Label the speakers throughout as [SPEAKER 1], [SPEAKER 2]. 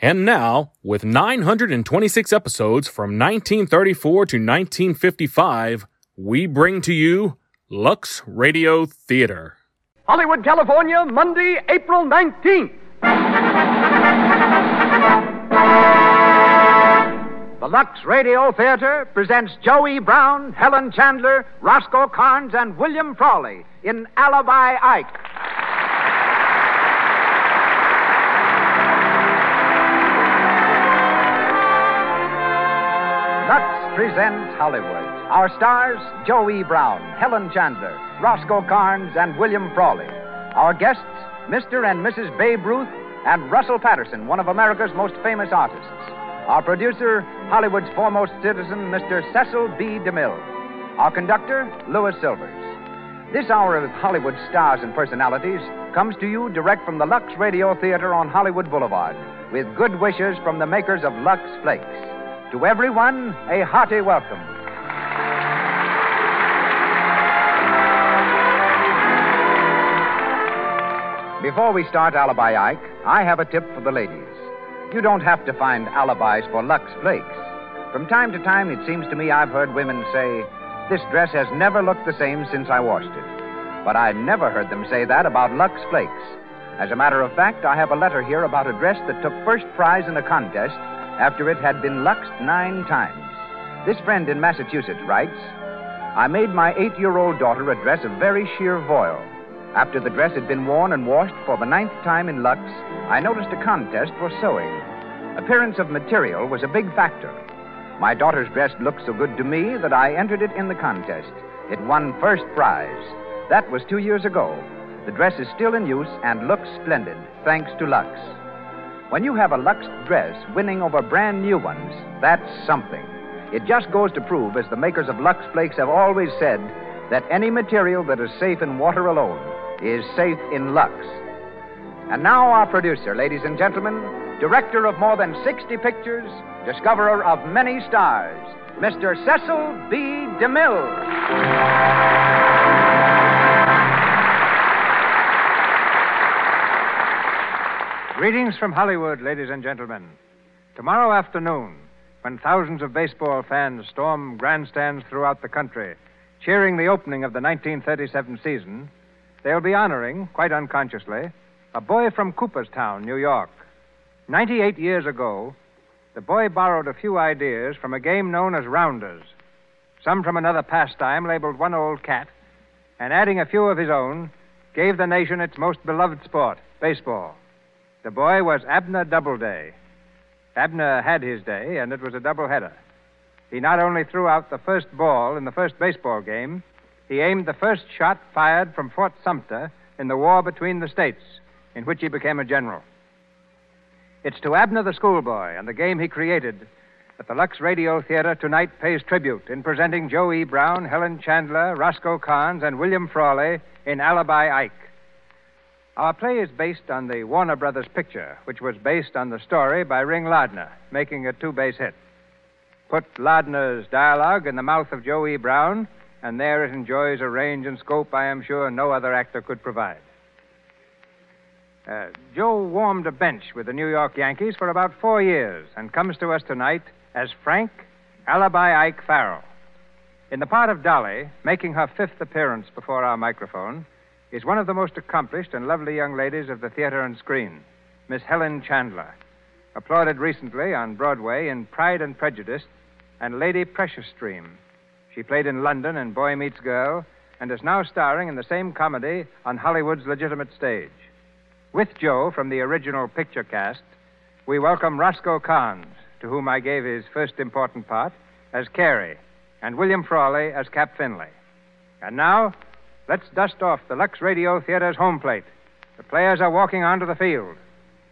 [SPEAKER 1] And now, with 926 episodes from 1934 to 1955, we bring to you Lux Radio Theater.
[SPEAKER 2] Hollywood, California, Monday, April 19th. The Lux Radio Theater presents Joey Brown, Helen Chandler, Roscoe Carnes, and William Frawley in Alibi Ike. Lux presents Hollywood. Our stars, Joey Brown, Helen Chandler, Roscoe Carnes, and William Frawley. Our guests, Mr. and Mrs. Babe Ruth, and Russell Patterson, one of America's most famous artists. Our producer, Hollywood's foremost citizen, Mr. Cecil B. DeMille. Our conductor, Louis Silvers. This hour of Hollywood stars and personalities comes to you direct from the Lux Radio Theater on Hollywood Boulevard with good wishes from the makers of Lux Flakes. To everyone, a hearty welcome. Before we start Alibi Ike, I have a tip for the ladies. You don't have to find alibis for Lux Flakes. From time to time, it seems to me I've heard women say, This dress has never looked the same since I washed it. But I never heard them say that about Lux Flakes. As a matter of fact, I have a letter here about a dress that took first prize in a contest after it had been luxed nine times. This friend in Massachusetts writes, I made my eight year old daughter a dress of very sheer voile. After the dress had been worn and washed for the ninth time in Lux, I noticed a contest for sewing. Appearance of material was a big factor. My daughter's dress looked so good to me that I entered it in the contest. It won first prize. That was two years ago. The dress is still in use and looks splendid, thanks to Lux. When you have a Lux dress winning over brand new ones, that's something. It just goes to prove, as the makers of Lux Flakes have always said, that any material that is safe in water alone is safe in Lux. And now, our producer, ladies and gentlemen, director of more than 60 pictures, discoverer of many stars, Mr. Cecil B. DeMille.
[SPEAKER 3] Greetings from Hollywood, ladies and gentlemen. Tomorrow afternoon, when thousands of baseball fans storm grandstands throughout the country, cheering the opening of the 1937 season, they'll be honoring, quite unconsciously, a boy from Cooperstown, New York. 98 years ago, the boy borrowed a few ideas from a game known as rounders, some from another pastime labeled One Old Cat, and adding a few of his own, gave the nation its most beloved sport, baseball. The boy was Abner Doubleday. Abner had his day, and it was a doubleheader. He not only threw out the first ball in the first baseball game, he aimed the first shot fired from Fort Sumter in the war between the states, in which he became a general. It's to Abner the schoolboy and the game he created that the Lux Radio Theater tonight pays tribute in presenting Joe E. Brown, Helen Chandler, Roscoe Carnes, and William Frawley in Alibi Ike. Our play is based on the Warner Brothers picture, which was based on the story by Ring Lardner, making a two base hit. Put Lardner's dialogue in the mouth of Joe E. Brown, and there it enjoys a range and scope I am sure no other actor could provide. Uh, Joe warmed a bench with the New York Yankees for about four years and comes to us tonight as Frank Alibi Ike Farrell. In the part of Dolly, making her fifth appearance before our microphone, is one of the most accomplished and lovely young ladies of the theater and screen, Miss Helen Chandler, applauded recently on Broadway in Pride and Prejudice and Lady Precious Stream. She played in London in Boy Meets Girl and is now starring in the same comedy on Hollywood's legitimate stage. With Joe from the original picture cast, we welcome Roscoe Carnes, to whom I gave his first important part, as Carey, and William Frawley as Cap Finley. And now, let's dust off the Lux Radio Theater's home plate. The players are walking onto the field.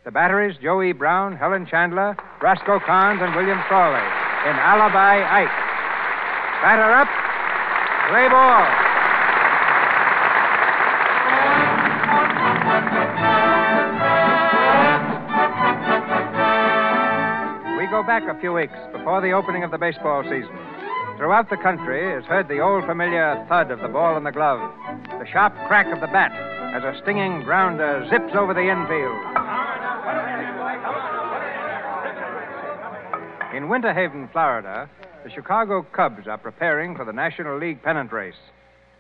[SPEAKER 3] The batteries, Joey Brown, Helen Chandler, Roscoe Carnes, and William Frawley in Alibi Ike. Batter up. Play ball. We go back a few weeks before the opening of the baseball season. Throughout the country is heard the old familiar thud of the ball and the glove, the sharp crack of the bat as a stinging grounder zips over the infield. In Winter Haven, Florida, the Chicago Cubs are preparing for the National League pennant race.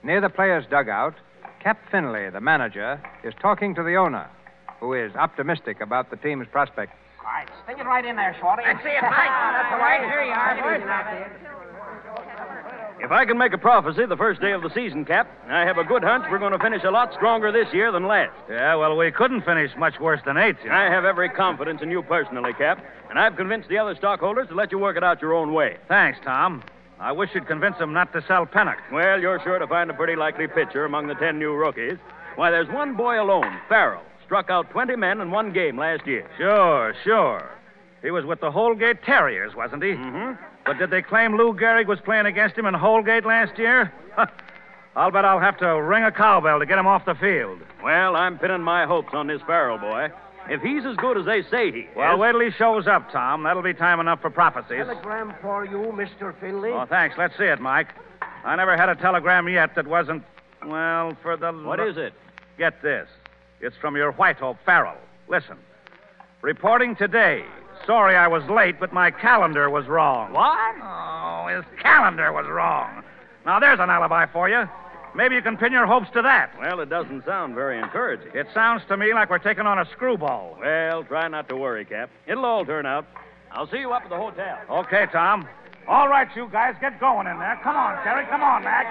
[SPEAKER 3] Near the players' dugout, Cap Finley, the manager, is talking to the owner, who is optimistic about the team's prospects.
[SPEAKER 4] All right, stick it right in there, Shorty. I see it, Mike. That's all right. Here you are, boys.
[SPEAKER 5] If I can make a prophecy the first day of the season, Cap, I have a good hunch we're going to finish a lot stronger this year than last.
[SPEAKER 6] Yeah, well, we couldn't finish much worse than eighth. you know.
[SPEAKER 5] I have every confidence in you personally, Cap, and I've convinced the other stockholders to let you work it out your own way.
[SPEAKER 6] Thanks, Tom. I wish you'd convince them not to sell Pennock.
[SPEAKER 5] Well, you're sure to find a pretty likely pitcher among the ten new rookies. Why, there's one boy alone, Farrell, struck out 20 men in one game last year.
[SPEAKER 6] Sure, sure. He was with the Holgate Terriers, wasn't he?
[SPEAKER 5] Mhm.
[SPEAKER 6] But did they claim Lou Gehrig was playing against him in Holgate last year? I'll bet I'll have to ring a cowbell to get him off the field.
[SPEAKER 5] Well, I'm pinning my hopes on this Farrell boy. If he's as good as they say he is.
[SPEAKER 6] Well, wait till he shows up, Tom. That'll be time enough for prophecies.
[SPEAKER 7] Telegram for you, Mr. Finley.
[SPEAKER 6] Oh, thanks. Let's see it, Mike. I never had a telegram yet that wasn't, well, for the.
[SPEAKER 5] What is it?
[SPEAKER 6] Get this. It's from your White Hope Farrell. Listen. Reporting today. Sorry I was late, but my calendar was wrong. What? Oh, his calendar was wrong. Now, there's an alibi for you. Maybe you can pin your hopes to that.
[SPEAKER 5] Well, it doesn't sound very encouraging.
[SPEAKER 6] It sounds to me like we're taking on a screwball.
[SPEAKER 5] Well, try not to worry, Cap. It'll all turn out. I'll see you up at the hotel.
[SPEAKER 6] Okay, Tom. All right, you guys, get going in there. Come on, Terry. Come on, Mac.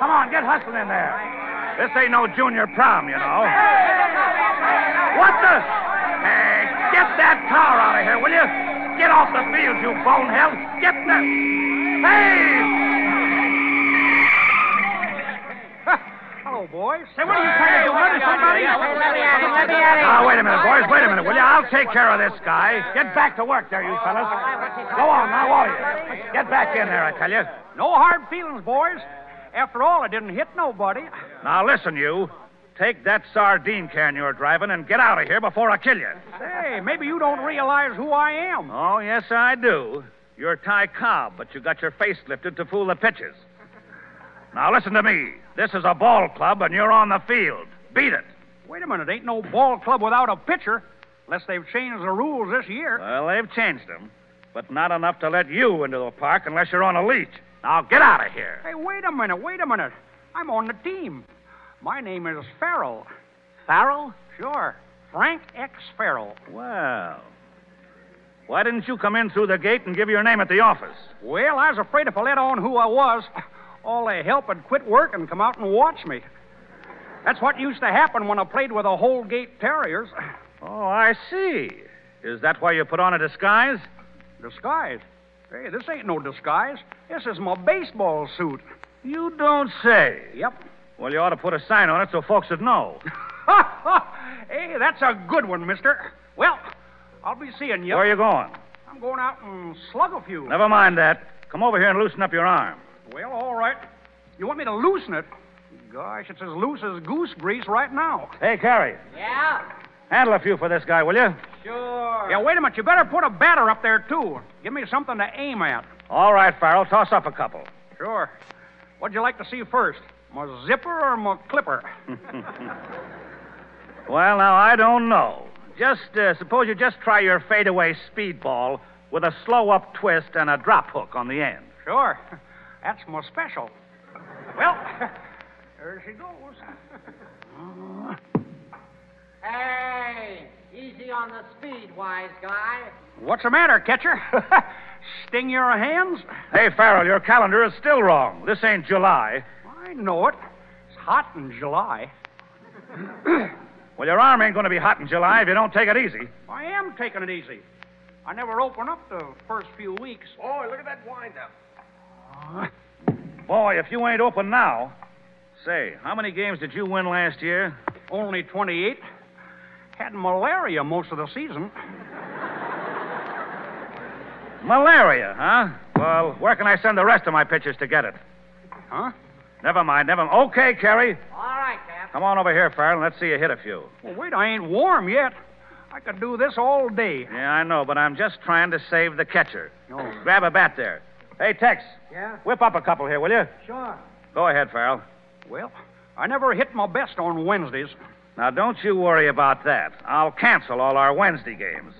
[SPEAKER 6] Come on, get hustling in there. This ain't no junior prom, you know. What the? Hey, get that car out of here, will you? Get off the field, you bonehead. Get the. Hey!
[SPEAKER 3] Hello, boys.
[SPEAKER 6] Oh, Say, what are you trying to do? Murder somebody?
[SPEAKER 4] Let me at him. Let me at him.
[SPEAKER 6] Now, wait a minute, boys. Wait a minute, will you? I'll take care of this guy. Get back to work there, you fellas. Go on, now, all of you. Get back in there, I tell you.
[SPEAKER 3] No hard feelings, boys. After all, I didn't hit nobody.
[SPEAKER 6] Now listen, you. Take that sardine can you're driving and get out of here before I kill you.
[SPEAKER 3] Say, maybe you don't realize who I am.
[SPEAKER 6] Oh, yes, I do. You're Ty Cobb, but you got your face lifted to fool the pitches. Now listen to me. This is a ball club, and you're on the field. Beat it.
[SPEAKER 3] Wait a minute. Ain't no ball club without a pitcher, unless they've changed the rules this year.
[SPEAKER 6] Well, they've changed them, but not enough to let you into the park unless you're on a leash. Now get out of here.
[SPEAKER 3] Hey, wait a minute. Wait a minute. I'm on the team. My name is Farrell.
[SPEAKER 7] Farrell?
[SPEAKER 3] Sure. Frank X. Farrell.
[SPEAKER 6] Well, why didn't you come in through the gate and give your name at the office?
[SPEAKER 3] Well, I was afraid if I let on who I was, all the help would quit work and come out and watch me. That's what used to happen when I played with the Holgate Terriers.
[SPEAKER 6] Oh, I see. Is that why you put on a disguise?
[SPEAKER 3] Disguise. Hey, this ain't no disguise. This is my baseball suit.
[SPEAKER 6] You don't say.
[SPEAKER 3] Yep.
[SPEAKER 6] Well, you ought to put a sign on it so folks would know.
[SPEAKER 3] hey, that's a good one, mister. Well, I'll be seeing you.
[SPEAKER 6] Where are you going?
[SPEAKER 3] I'm going out and slug a few.
[SPEAKER 6] Never mind that. Come over here and loosen up your arm.
[SPEAKER 3] Well, all right. You want me to loosen it? Gosh, it's as loose as goose grease right now.
[SPEAKER 6] Hey, Carrie,
[SPEAKER 4] Yeah.
[SPEAKER 6] handle a few for this guy, will you?
[SPEAKER 4] Sure.
[SPEAKER 3] Yeah, wait a minute. You better put a batter up there, too. Give me something to aim at.
[SPEAKER 6] All right, Farrell, toss up a couple.
[SPEAKER 3] Sure. What'd you like to see first? My zipper or my clipper?
[SPEAKER 6] Well, now, I don't know. Just uh, suppose you just try your fadeaway speedball with a slow up twist and a drop hook on the end.
[SPEAKER 3] Sure. That's my special. Well, there she goes.
[SPEAKER 4] Hey, easy on the speed, wise guy.
[SPEAKER 3] What's the matter, catcher? Sting your hands?
[SPEAKER 6] Hey, Farrell, your calendar is still wrong. This ain't July.
[SPEAKER 3] I know it. It's hot in July.
[SPEAKER 6] Well, your arm ain't going to be hot in July if you don't take it easy.
[SPEAKER 3] I am taking it easy. I never open up the first few weeks.
[SPEAKER 7] Boy, look at that windup.
[SPEAKER 6] Boy, if you ain't open now. Say, how many games did you win last year?
[SPEAKER 3] Only 28. Had malaria most of the season.
[SPEAKER 6] Malaria, huh?
[SPEAKER 4] Well, where can I send the rest of my pitchers to get it?
[SPEAKER 6] Huh?
[SPEAKER 4] Never mind, never mind. Okay, Kerry.
[SPEAKER 8] All right, Cap.
[SPEAKER 4] Come on over here, Farrell, and let's see you hit a few.
[SPEAKER 6] Well, wait, I ain't warm yet. I could do this all day. Oh.
[SPEAKER 4] Yeah, I know, but I'm just trying to save the catcher. Grab a bat there. Hey, Tex.
[SPEAKER 8] Yeah?
[SPEAKER 4] Whip up a couple here, will you?
[SPEAKER 8] Sure.
[SPEAKER 4] Go ahead, Farrell.
[SPEAKER 6] Well, I never hit my best on Wednesdays.
[SPEAKER 4] Now, don't you worry about that. I'll cancel all our Wednesday games.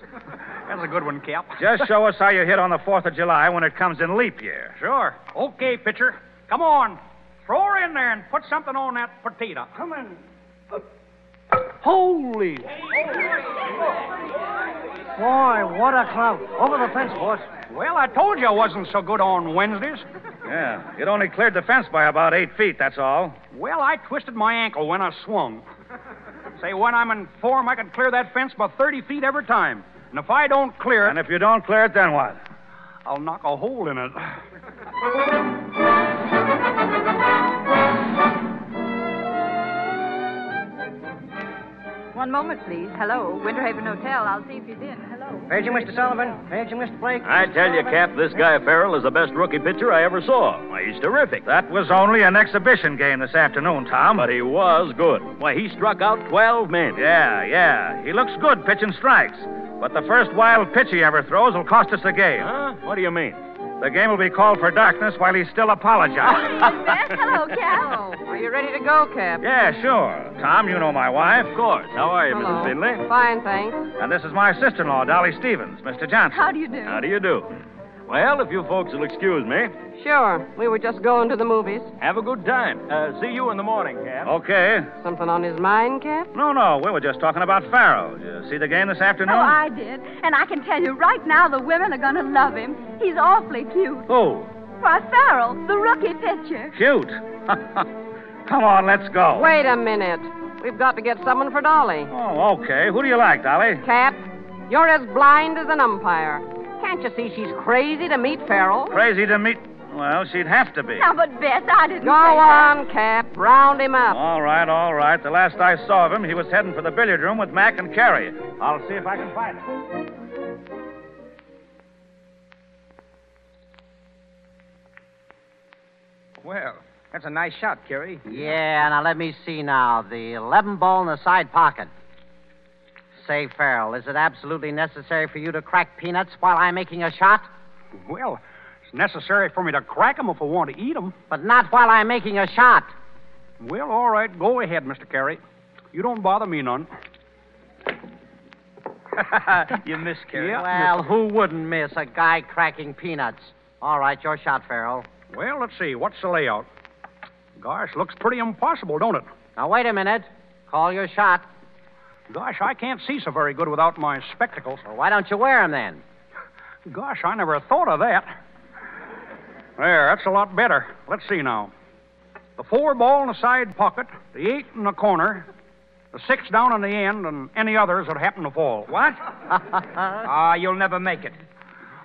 [SPEAKER 6] That's a good one, Cap.
[SPEAKER 4] Just show us how you hit on the 4th of July when it comes in leap year.
[SPEAKER 6] Sure. Okay, pitcher. Come on. Throw her in there and put something on that potato. Come on. Holy.
[SPEAKER 9] Boy, what a clout. Over the fence, boss.
[SPEAKER 6] Well, I told you I wasn't so good on Wednesdays.
[SPEAKER 4] Yeah, it only cleared the fence by about eight feet, that's all.
[SPEAKER 6] Well, I twisted my ankle when I swung. Say, when I'm in form, I can clear that fence by 30 feet every time. And if I don't clear it,
[SPEAKER 4] And if you don't clear it, then what?
[SPEAKER 6] I'll knock a hole in it.
[SPEAKER 10] One moment, please. Hello, Winterhaven Hotel. I'll see if he's in. Hello.
[SPEAKER 9] Heard you, Mr. Sullivan. Heard you, Mr. Blake.
[SPEAKER 6] I tell you, Cap, this guy Farrell is the best rookie pitcher I ever saw. Why, he's terrific. That
[SPEAKER 4] It was only an exhibition game this afternoon, Tom.
[SPEAKER 6] but he was good. Why, he struck out 12 men.
[SPEAKER 4] Yeah, yeah. He looks good pitching strikes. But the first wild pitch he ever throws will cost us the game.
[SPEAKER 6] Huh? What do you mean?
[SPEAKER 4] The game will be called for darkness while he's still apologizing.
[SPEAKER 10] Matt, hello, Cal. Are you ready to go, Cap?
[SPEAKER 4] yeah, sure. Tom, you know my wife.
[SPEAKER 6] Of course. How are you, Mrs. Finley?
[SPEAKER 10] Fine, thanks.
[SPEAKER 4] And this is my sister in law, Dolly Stevens, Mr. Johnson.
[SPEAKER 10] How do you do?
[SPEAKER 6] How do you do? Well, if you folks will excuse me,
[SPEAKER 10] Sure. We were just going to the movies.
[SPEAKER 6] have a good time. Uh, see you in the morning, Cap.
[SPEAKER 4] Okay.
[SPEAKER 10] Something on his mind, Cap?
[SPEAKER 4] No, no, we were just talking about Farrell. Did you see the game this afternoon?
[SPEAKER 11] Oh, I did. And I can tell you right now the women are going to love him. He's awfully cute.
[SPEAKER 4] Who?
[SPEAKER 11] Why, Farrell, the rookie pitcher.
[SPEAKER 4] Cute. Come on, let's go.
[SPEAKER 10] Wait a minute. We've got to get someone for Dolly.
[SPEAKER 4] Oh, okay. Who do you like, Dolly?
[SPEAKER 10] Cap, you're as blind as an umpire. Can't you see she's crazy to meet Farrell?
[SPEAKER 4] Crazy to meet. Well, she'd have to be.
[SPEAKER 11] Now, but Bess, I didn't
[SPEAKER 10] Go
[SPEAKER 11] say that.
[SPEAKER 10] on, Cap. Round him up.
[SPEAKER 4] All right, all right. The last I saw of him, he was heading for the billiard room with Mac and Carrie. I'll see if I can find him.
[SPEAKER 2] Well, that's a nice shot, Kerry.
[SPEAKER 9] Yeah, now let me see now. The 11 ball in the side pocket. Say, Farrell, is it absolutely necessary for you to crack peanuts while I'm making a shot?
[SPEAKER 6] Well, it's necessary for me to crack 'em if I want to eat 'em.
[SPEAKER 9] But not while I'm making a shot.
[SPEAKER 6] Well, all right. Go ahead, Mr. Carey. You don't bother me none.
[SPEAKER 2] You missed,
[SPEAKER 6] Yeah.
[SPEAKER 9] well, who wouldn't miss a guy cracking peanuts? All right, your shot, Farrell.
[SPEAKER 6] Well, let's see. What's the layout? Gosh, looks pretty impossible, don't it?
[SPEAKER 9] Now, wait a minute. Call your shot.
[SPEAKER 6] Gosh, I can't see so very good without my spectacles.
[SPEAKER 9] Well, why don't you wear 'em then?
[SPEAKER 6] Gosh, I never thought of that. There, that's a lot better. Let's see now. The four ball in the side pocket, the eight in the corner, the six down in the end, and any others that happen to fall. What?
[SPEAKER 2] Ah, you'll never make it.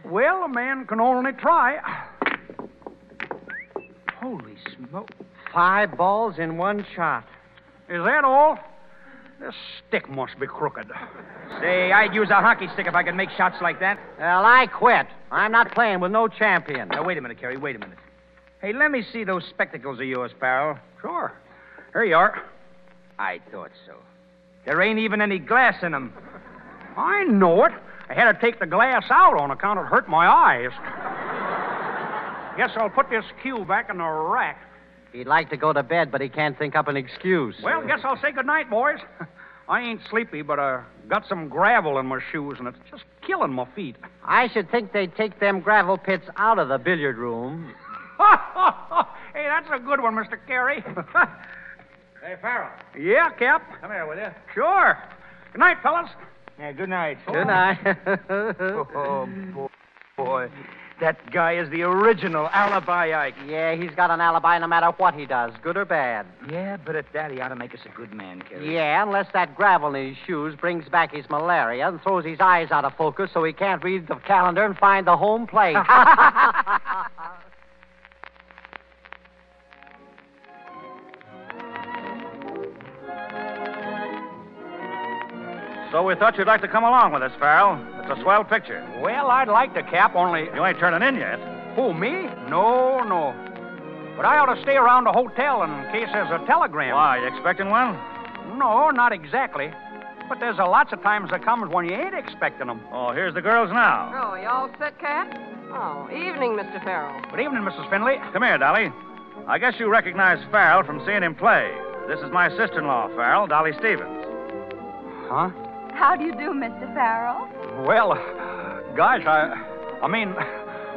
[SPEAKER 6] Well, a man can only try.
[SPEAKER 2] Holy smoke.
[SPEAKER 9] Five balls in one shot.
[SPEAKER 6] Is that all? This stick must be crooked.
[SPEAKER 2] Say, I'd use a hockey stick if I could make shots like that.
[SPEAKER 9] Well, I quit. I'm not playing with no champion.
[SPEAKER 2] Now, wait a minute, Kerry. Wait a minute. Hey, let me see those spectacles of yours, Farrell.
[SPEAKER 6] Sure. Here you are.
[SPEAKER 2] I thought so. There ain't even any glass in them.
[SPEAKER 6] I know it. I had to take the glass out on account it hurt my eyes. Guess I'll put this cue back in the rack.
[SPEAKER 9] He'd like to go to bed, but he can't think up an excuse.
[SPEAKER 6] Well, guess I'll say good night, boys. I ain't sleepy, but I got some gravel in my shoes, and it's just killing my feet.
[SPEAKER 9] I should think they'd take them gravel pits out of the billiard room.
[SPEAKER 6] hey, that's a good one, Mr. Carey.
[SPEAKER 2] Hey, Farrell.
[SPEAKER 6] yeah, Cap.
[SPEAKER 2] Come here, will you?
[SPEAKER 6] Sure. Good night, fellas.
[SPEAKER 2] Yeah, good night.
[SPEAKER 9] Good night.
[SPEAKER 2] Oh, boy. boy. That guy is the original alibi Ike.
[SPEAKER 9] yeah, he's got an alibi no matter what he does, good or bad.
[SPEAKER 2] Yeah, but at that, he ought to make us a good man, Kerry.
[SPEAKER 9] Yeah, unless that gravel in his shoes brings back his malaria and throws his eyes out of focus so he can't read the calendar and find the home plate.
[SPEAKER 4] So we thought you'd like to come along with us, Farrell. It's a swell picture.
[SPEAKER 6] Well, I'd like to, Cap, only
[SPEAKER 4] You ain't turning in yet.
[SPEAKER 6] Who, me? No, no. But I ought to stay around the hotel in case there's a telegram.
[SPEAKER 12] Why, you expecting one?
[SPEAKER 6] No, not exactly. But there's a lots of times that comes when you ain't expecting them.
[SPEAKER 12] Oh, here's the girls now.
[SPEAKER 10] Oh, you all set, Cat? Oh, evening, Mr. Farrell.
[SPEAKER 6] Good evening, Mrs. Finley.
[SPEAKER 12] Come here, Dolly. I guess you recognize Farrell from seeing him play. This is my sister in law, Farrell, Dolly Stevens.
[SPEAKER 6] Huh?
[SPEAKER 11] How do you do, Mr. Farrell?
[SPEAKER 6] Well, gosh, I. I mean,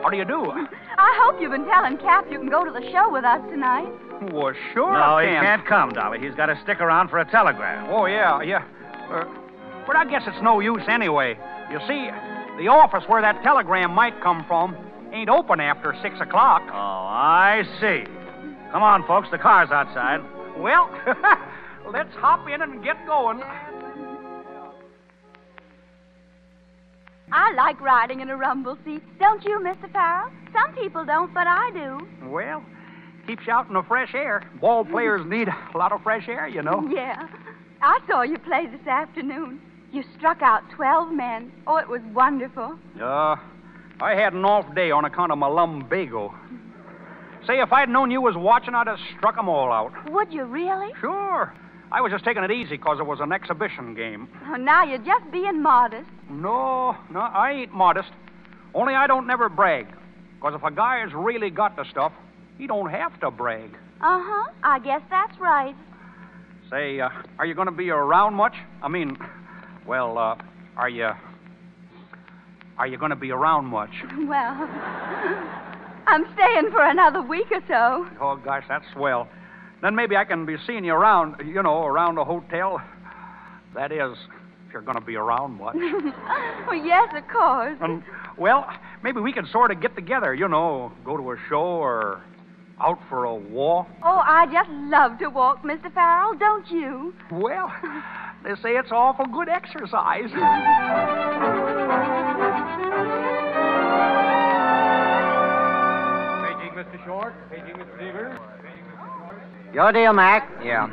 [SPEAKER 6] how do you do?
[SPEAKER 11] I hope you've been telling Cap you can go to the show with us tonight.
[SPEAKER 6] Well, sure.
[SPEAKER 12] no,
[SPEAKER 6] I
[SPEAKER 12] he
[SPEAKER 6] can.
[SPEAKER 12] can't come, Dolly. He's got to stick around for a telegram.
[SPEAKER 6] Oh, yeah, yeah. Uh, but I guess it's no use anyway. You see, the office where that telegram might come from ain't open after 6 o'clock.
[SPEAKER 12] Oh, I see. Come on, folks. The car's outside.
[SPEAKER 6] Well, let's hop in and get going.
[SPEAKER 11] I like riding in a rumble seat. Don't you, Mr. Farrell? Some people don't, but I do.
[SPEAKER 6] Well, keeps you out in the fresh air. Ball players need a lot of fresh air, you know.
[SPEAKER 11] Yeah. I saw you play this afternoon. You struck out 12 men. Oh, it was wonderful.
[SPEAKER 6] Uh, I had an off day on account of my lumbago. Say, if I'd known you was watching, I'd have struck 'em all out.
[SPEAKER 11] Would you really?
[SPEAKER 6] Sure. I was just taking it easy 'cause it was an exhibition game.
[SPEAKER 11] Oh, now you're just being modest.
[SPEAKER 6] No, no, I ain't modest. Only I don't never brag. 'Cause if a guy's really got the stuff, he don't have to brag.
[SPEAKER 11] Uh huh. I guess that's right.
[SPEAKER 6] Say, uh, are you going to be around much? I mean, well, uh, are you. Are you going to be around much?
[SPEAKER 11] Well, I'm staying for another week or so.
[SPEAKER 6] Oh, gosh, that's swell. Then maybe I can be seeing you around, you know, around the hotel. That is, if you're going to be around much.
[SPEAKER 11] well, yes, of course.
[SPEAKER 6] Um, well, maybe we can sort of get together, you know, go to a show or out for a walk.
[SPEAKER 11] Oh, I just love to walk, Mr. Farrell, don't you?
[SPEAKER 6] Well, they say it's awful good exercise.
[SPEAKER 13] Paging Mr. Short, paging Mr. Devers.
[SPEAKER 9] Your deal, Mac.
[SPEAKER 14] Yeah.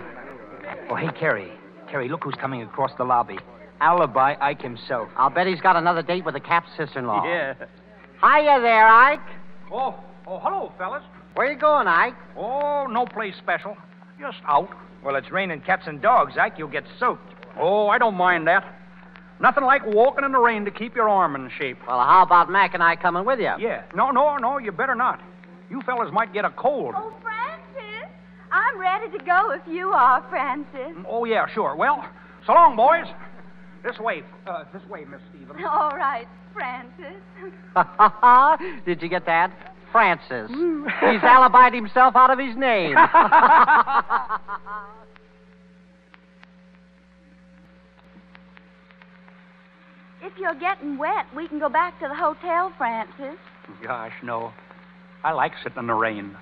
[SPEAKER 14] Oh, hey, Kerry. Kerry, look who's coming across the lobby. Alibi Ike himself.
[SPEAKER 9] I'll bet he's got another date with the Cap sister-in-law.
[SPEAKER 14] Yeah.
[SPEAKER 9] Hiya there, Ike.
[SPEAKER 6] Oh, oh, hello, fellas.
[SPEAKER 9] Where you going, Ike?
[SPEAKER 6] Oh, no place special. Just out.
[SPEAKER 14] Well, it's raining cats and dogs, Ike. You'll get soaked.
[SPEAKER 6] Oh, I don't mind that. Nothing like walking in the rain to keep your arm in shape.
[SPEAKER 9] Well, how about Mac and I coming with you?
[SPEAKER 6] Yeah. No, no, no, you better not. You fellas might get a cold.
[SPEAKER 11] Oh, Francis, I'm ready to go if you are, Francis.
[SPEAKER 6] Oh, yeah, sure. Well, so long, boys. This way. Uh, this way, Miss Stevens.
[SPEAKER 11] All right, Francis.
[SPEAKER 9] Did you get that? Francis. He's alibied himself out of his name.
[SPEAKER 11] If you're getting wet, we can go back to the hotel, Francis.
[SPEAKER 6] Gosh, no. I like sitting in the rain.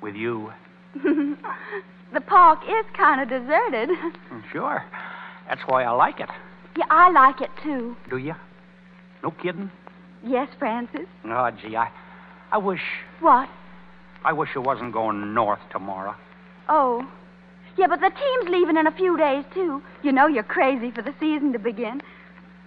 [SPEAKER 6] With you.
[SPEAKER 11] the park is kind of deserted.
[SPEAKER 6] Sure. That's why I like it.
[SPEAKER 11] Yeah, I like it too.
[SPEAKER 6] Do you? No kidding?
[SPEAKER 11] Yes, Francis.
[SPEAKER 6] Oh, gee, I, I wish,
[SPEAKER 11] What?
[SPEAKER 6] I wish you wasn't going north tomorrow.
[SPEAKER 11] Oh. Yeah, but the team's leaving in a few days, too. You know you're crazy for the season to begin.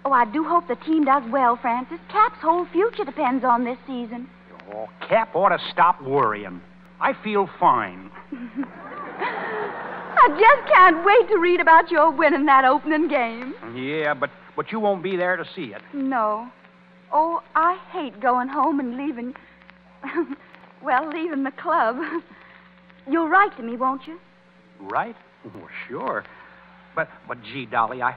[SPEAKER 11] Oh, I do hope the team does well, Francis. Cap's whole future depends on this season.
[SPEAKER 6] Oh, Cap ought to stop worrying. I feel fine.
[SPEAKER 11] I just can't wait to read about your winning that opening game.
[SPEAKER 6] Yeah, but but you won't be there to see it.
[SPEAKER 11] No. Oh, I hate going home and leaving. well, leaving the club. You'll write to me, won't you?
[SPEAKER 6] Right? Well, sure. But but gee, Dolly, I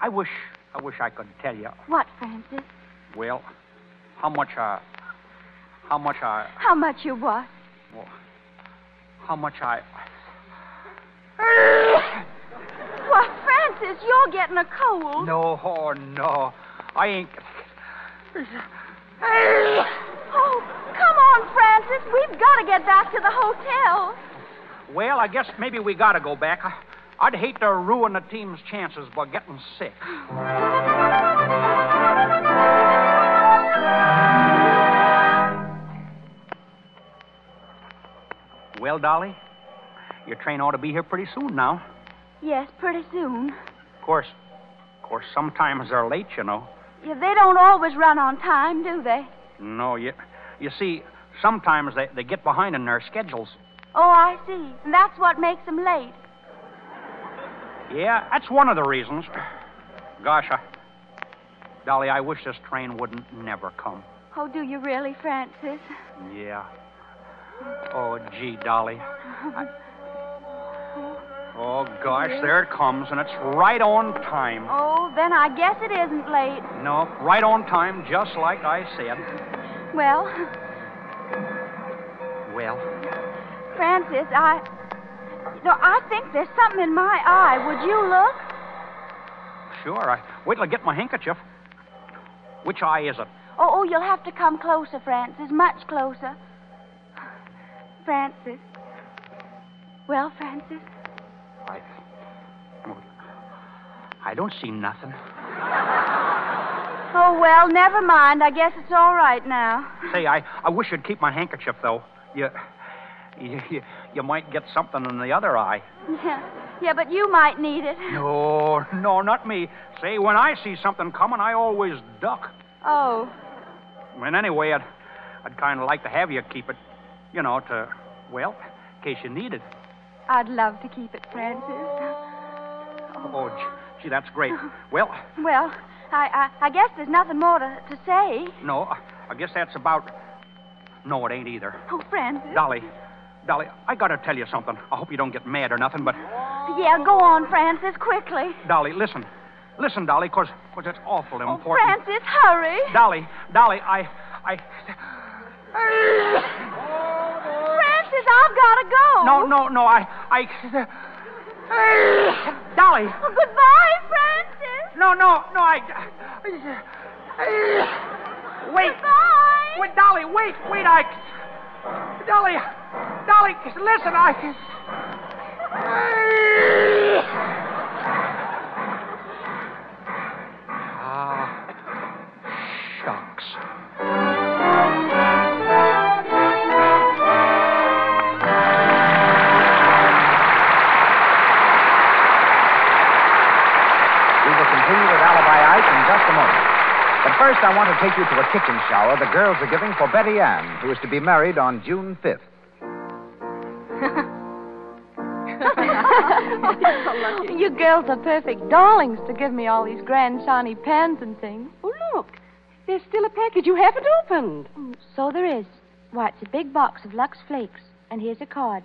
[SPEAKER 6] I wish I wish I could tell you.
[SPEAKER 11] What, Francis?
[SPEAKER 6] Well, how much I how much I
[SPEAKER 11] How much you what?
[SPEAKER 6] well, how much I
[SPEAKER 11] Why, Francis, you're getting a cold.
[SPEAKER 6] No, oh no. I ain't
[SPEAKER 11] Oh, come on, Francis. We've got to get back to the hotel.
[SPEAKER 6] Well, I guess maybe we gotta go back. I, I'd hate to ruin the team's chances by getting sick. Well, Dolly, your train ought to be here pretty soon now.
[SPEAKER 11] Yes, pretty soon.
[SPEAKER 6] Of course, of course, sometimes they're late, you know.
[SPEAKER 11] Yeah, they don't always run on time, do they?
[SPEAKER 6] No, you, You see, sometimes they, they get behind in their schedules.
[SPEAKER 11] Oh, I see. And that's what makes them late.
[SPEAKER 6] Yeah, that's one of the reasons. Gosh, I, Dolly, I wish this train wouldn't never come.
[SPEAKER 11] Oh, do you really, Francis?
[SPEAKER 6] Yeah. Oh, gee, Dolly. Oh, gosh, there it comes, and it's right on time.
[SPEAKER 11] Oh, then I guess it isn't late.
[SPEAKER 6] No, right on time, just like I said.
[SPEAKER 11] Well,
[SPEAKER 6] Well,
[SPEAKER 11] Francis, I. You know, I think there's something in my eye. Would you look?
[SPEAKER 6] sure. I, wait till I get my handkerchief. Which eye is it?
[SPEAKER 11] Oh, oh, you'll have to come closer, Francis, much closer. Francis. Well, Francis,
[SPEAKER 6] I. I don't see nothing.
[SPEAKER 11] Oh, well, never mind. I guess it's all right now.
[SPEAKER 6] Say, I, I wish you'd keep my handkerchief, though. You, you, you, you might get something in the other eye.
[SPEAKER 11] Yeah. Yeah, but you might need it.
[SPEAKER 6] No, no, not me. Say, when I see something coming, I always duck.
[SPEAKER 11] Oh.
[SPEAKER 6] And anyway, I'd, I'd kind of like to have you keep it, you know, to, well, in case you need it.
[SPEAKER 11] I'd love to keep it, Francis.
[SPEAKER 6] Oh, gee, gee, that's great. Well,
[SPEAKER 11] Well, I, I, I guess there's nothing more to, to say.
[SPEAKER 6] no, I- I guess that's about. No, it ain't either.
[SPEAKER 11] Oh, Francis.
[SPEAKER 6] Dolly, Dolly, I gotta tell you something. I hope you don't get mad or nothing, but
[SPEAKER 11] Yeah, go on, Francis, quickly.
[SPEAKER 6] Dolly, listen. Listen, Dolly, cause, 'cause it's awful important.
[SPEAKER 11] Francis, hurry.
[SPEAKER 6] Dolly, Dolly, I, I.
[SPEAKER 13] Oh,
[SPEAKER 11] Francis, I've got to
[SPEAKER 4] Oh.
[SPEAKER 11] go.
[SPEAKER 6] No, no, no, I, I. Dolly.
[SPEAKER 11] Oh, goodbye, Francis.
[SPEAKER 6] No, no, no, I. Wait.
[SPEAKER 11] Goodbye.
[SPEAKER 6] Wait, Dolly, wait, wait, I. Dolly, Dolly, listen, I. Ah, shucks.
[SPEAKER 2] We will continue with Alibi Ike in just a moment. But first, I want to take you to a kitchen shower the girls are giving for Betty Ann, who is to be married on June 5th.
[SPEAKER 15] you girls are perfect darlings to give me all these grand shiny pans and things. Oh, look. There's still a package you haven't opened.
[SPEAKER 16] Mm, So there is. Why, it's a big box of Lux Flakes, and here's a card.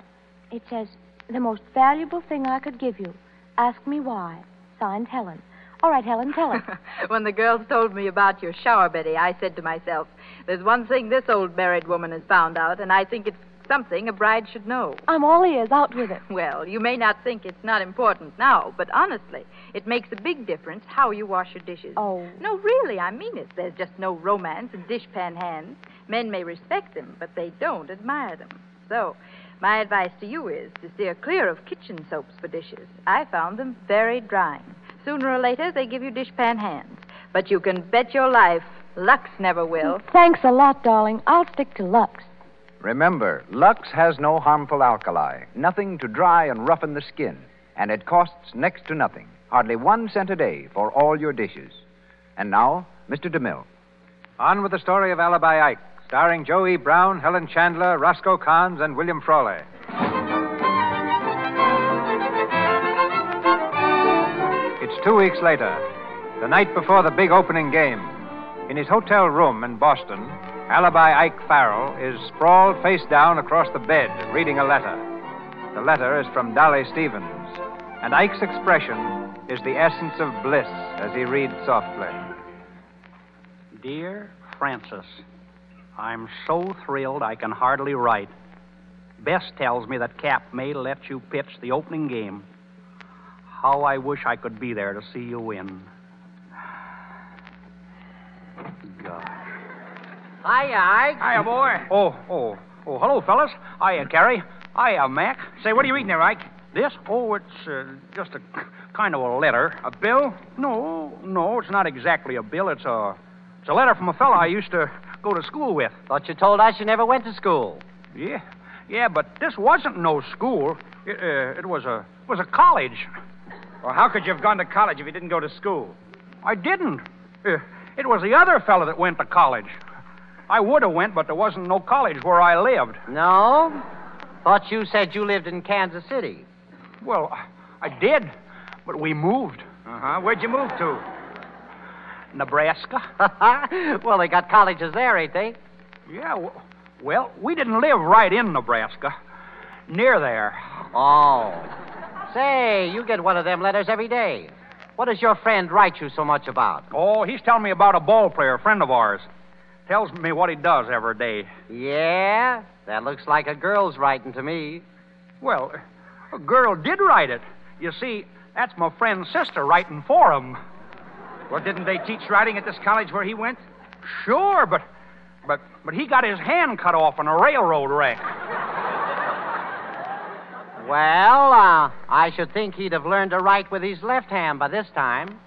[SPEAKER 16] It says, The most valuable thing I could give you. Ask me why. Signed Helen. All right, Helen, tell us.
[SPEAKER 15] When the girls told me about your shower, Betty, I said to myself, there's one thing this old married woman has found out, and I think it's something a bride should know.
[SPEAKER 16] I'm all ears, out with it.
[SPEAKER 15] Well, you may not think it's not important now, but honestly, it makes a big difference how you wash your dishes.
[SPEAKER 16] Oh.
[SPEAKER 15] No, really, I mean it. There's just no romance in dishpan hands. Men may respect them, but they don't admire them. So, my advice to you is to steer clear of kitchen soaps for dishes. I found them very drying. Sooner or later, they give you dishpan hands. But you can bet your life Lux never will.
[SPEAKER 16] Thanks a lot, darling. I'll stick to Lux.
[SPEAKER 2] Remember, Lux has no harmful alkali, nothing to dry and roughen the skin, and it costs next to nothing, hardly one cent a day for all your dishes. And now, Mr. DeMille.
[SPEAKER 3] On with the story of Alibi Ike, starring Joe E. Brown, Helen Chandler, Roscoe Carnes, and William Frawley. It's two weeks later, the night before the big opening game. In his hotel room in Boston, Alibi Ike Farrell is sprawled face down across the bed, reading a letter. The letter is from Dolly Stevens, and Ike's expression is the essence of bliss as he reads softly.
[SPEAKER 6] Dear Francis, I'm so thrilled I can hardly write. Bess tells me that Cap may let you pitch the opening game. How I wish I could be there to see you win. God.
[SPEAKER 9] Hiya, Ike.
[SPEAKER 6] Hiya, boy. Oh, oh, oh, hello, fellas. Hiya, Carrie. Hiya, Mac. Say, what are you eating there, Ike? This? Oh, it's uh, just a kind of a letter. A bill? No, no, it's not exactly a bill. It's a, it's a letter from a fella I used to go to school with.
[SPEAKER 9] Thought you told us you never went to school.
[SPEAKER 6] Yeah, yeah, but this wasn't no school. It, uh, it was a, it was a college.
[SPEAKER 12] Well, how could you have gone to college if you didn't go to school?
[SPEAKER 6] I didn't. Uh, it was the other fella that went to college. I would have went, but there wasn't no college where I lived.
[SPEAKER 9] No? Thought you said you lived in Kansas City.
[SPEAKER 6] Well, I- I did, but we moved. Uh huh.
[SPEAKER 14] Uh-huh.
[SPEAKER 6] Where'd you move to? Nebraska.
[SPEAKER 9] well, they got colleges there, ain't they?
[SPEAKER 6] Yeah, w- well, we didn't live right in Nebraska. Near there.
[SPEAKER 9] Oh. Say, you get one of them letters every day. What does your friend write you so much about?
[SPEAKER 6] Oh, he's telling me about a ball player, a friend of ours. Tells me what he does every day.
[SPEAKER 9] Yeah? That looks like a girl's writing to me.
[SPEAKER 6] Well, a girl did write it. You see, that's my friend's sister writing for him.
[SPEAKER 12] Well, didn't they teach writing at this college where he went?
[SPEAKER 6] Sure, but but but he got his hand cut off in a railroad wreck.
[SPEAKER 9] Well, uh, I should think he'd have learned to write with his left hand by this time.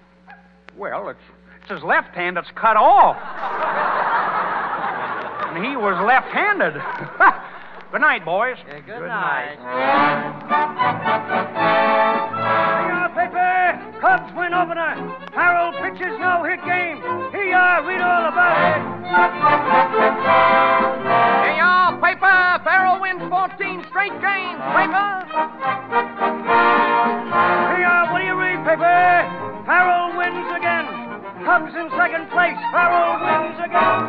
[SPEAKER 6] Well, it's it's his left hand that's cut off. and he was left-handed. good night, boys. good, night.
[SPEAKER 4] Hang on, paper! Cubs win over the Harold pitches no hit game. Here you are, read all about it.
[SPEAKER 8] Hey,
[SPEAKER 6] Oh,
[SPEAKER 8] y'all, paper! Farrell wins 14 straight games, paper!
[SPEAKER 4] Here you are, what do you read, paper? Harold wins again. Cubs in second place. Harold wins again.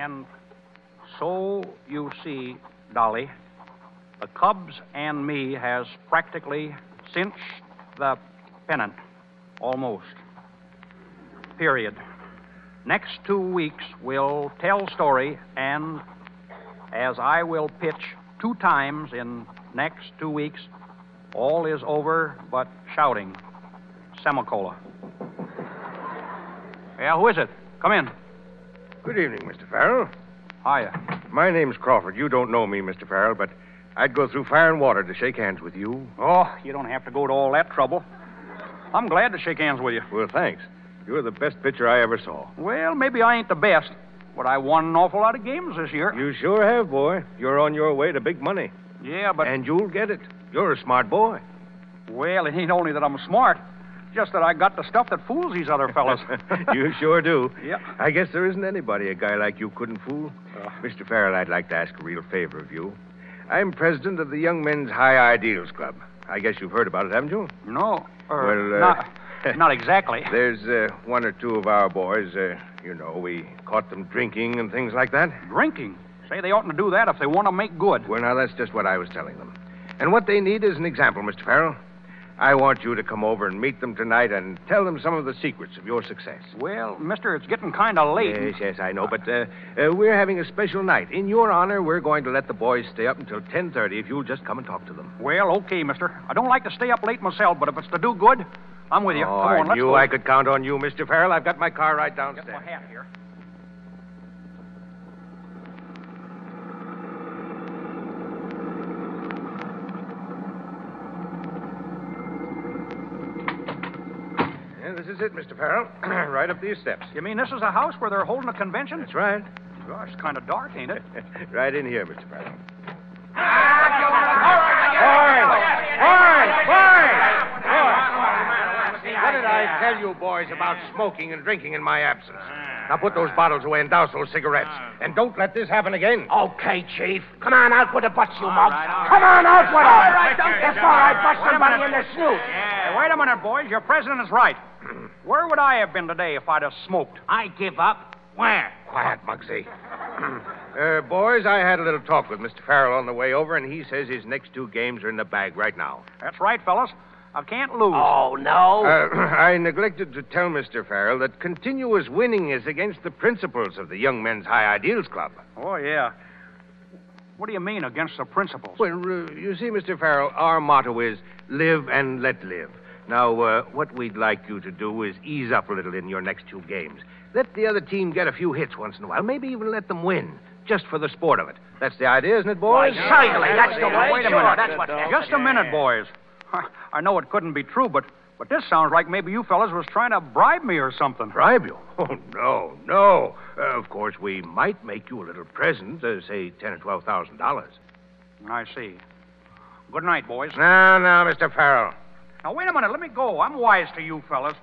[SPEAKER 6] And so you see, Dolly, the Cubs and me has practically cinched the pennant. Almost. Period. Next two weeks will tell story, and as I will pitch two times in next two weeks, all is over but shouting. Semicola. Yeah, who is it? Come in.
[SPEAKER 5] Good evening, Mr. Farrell.
[SPEAKER 6] Hiya.
[SPEAKER 5] My name's Crawford. You don't know me, Mr. Farrell, but I'd go through fire and water to shake hands with you.
[SPEAKER 6] Oh, you don't have to go to all that trouble. I'm glad to shake hands with you.
[SPEAKER 5] Well, thanks. You're the best pitcher I ever saw.
[SPEAKER 6] Well, maybe I ain't the best, but I won an awful lot of games this year.
[SPEAKER 5] You sure have, boy. You're on your way to big money.
[SPEAKER 6] Yeah, but.
[SPEAKER 5] And you'll get it. You're a smart boy.
[SPEAKER 6] Well, it ain't only that I'm smart, just that I got the stuff that fools these other fellas.
[SPEAKER 5] you sure do.
[SPEAKER 6] Yep.
[SPEAKER 5] I guess there isn't anybody a guy like you couldn't fool.
[SPEAKER 6] Uh.
[SPEAKER 5] Mr. Farrell, I'd like to ask a real favor of you. I'm president of the Young Men's High Ideals Club. I guess you've heard about it, haven't you?
[SPEAKER 6] No. er,
[SPEAKER 5] well, uh,
[SPEAKER 6] not, not exactly.
[SPEAKER 5] There's uh, one or two of our boys, uh, you know, we caught them drinking and things like that.
[SPEAKER 6] Drinking? Say they oughtn't to do that if they want to make good.
[SPEAKER 5] Well, now, that's just what I was telling them. And what they need is an example, Mr. Farrell. I want you to come over and meet them tonight and tell them some of the secrets of your success.
[SPEAKER 6] Well, mister, it's getting kind of late.
[SPEAKER 5] Yes, yes, I know, but uh, uh, we're having a special night. In your honor, we're going to let the boys stay up until 10.30 if you'll just come and talk to them.
[SPEAKER 6] Well, okay, mister. I don't like to stay up late myself, but if it's to do good, I'm with you.
[SPEAKER 5] Oh,
[SPEAKER 6] Come on,
[SPEAKER 5] I
[SPEAKER 6] let's
[SPEAKER 5] knew
[SPEAKER 6] go.
[SPEAKER 5] I could count on you, Mr. Farrell. I've got my car right downstairs.
[SPEAKER 6] Get my hat here.
[SPEAKER 5] Yeah, this is it, Mr. Farrell. right up these steps.
[SPEAKER 6] You mean this is a house where they're holding a convention?
[SPEAKER 5] That's right.
[SPEAKER 6] Gosh, it's kind of dark, ain't it?
[SPEAKER 5] Right in here, Mr. Farrell. What did I tell you boys about smoking and drinking in my absence? Now put those bottles away and douse those cigarettes. And don't let this happen again.
[SPEAKER 17] Okay, Chief. Come on out with the butts, you mugs.
[SPEAKER 6] all
[SPEAKER 17] Come
[SPEAKER 6] right.
[SPEAKER 17] on out with
[SPEAKER 6] All
[SPEAKER 17] them.
[SPEAKER 6] right, don't-
[SPEAKER 17] That's all right. Bust
[SPEAKER 6] Wait a
[SPEAKER 17] somebody
[SPEAKER 6] minute.
[SPEAKER 17] in the snoot.
[SPEAKER 6] Hey, wait a minute, boys. Your president is right. Where would I have been today if I'd have smoked? I give up. Where?
[SPEAKER 5] Quiet, Muggsy. Uh, boys, I had a little talk with Mr. Farrell on the way over, and he says his next two games are in the bag right now.
[SPEAKER 6] That's right, fellas. I can't lose.
[SPEAKER 17] Oh, no.
[SPEAKER 5] Uh, I neglected to tell Mr. Farrell that continuous winning is against the principles of the Young Men's High Ideals Club.
[SPEAKER 6] Oh, yeah. What do you mean against the principles?
[SPEAKER 5] Well, uh, you see, Mr. Farrell, our motto is live and let live. Now, uh, what we'd like you to do is ease up a little in your next two games. Let the other team get a few hits once in a while. Maybe even let them win, just for the sport of it. That's the idea, isn't it, boys?
[SPEAKER 17] Why, certainly, that's the way.
[SPEAKER 6] Wait a
[SPEAKER 17] Sure,
[SPEAKER 6] minute.
[SPEAKER 17] that's what's happening.
[SPEAKER 6] Just a minute, boys. Huh, I know it couldn't be true, but but this sounds like maybe you fellas was trying to bribe me or something.
[SPEAKER 5] Bribe you? Oh, no, no. Uh, of course, we might make you a little present, uh, say ten or twelve thousand dollars.
[SPEAKER 6] I see. Good night, boys.
[SPEAKER 5] Now, now, Mr. Farrell.
[SPEAKER 6] Now, wait a minute. Let me go. I'm wise to you fellas.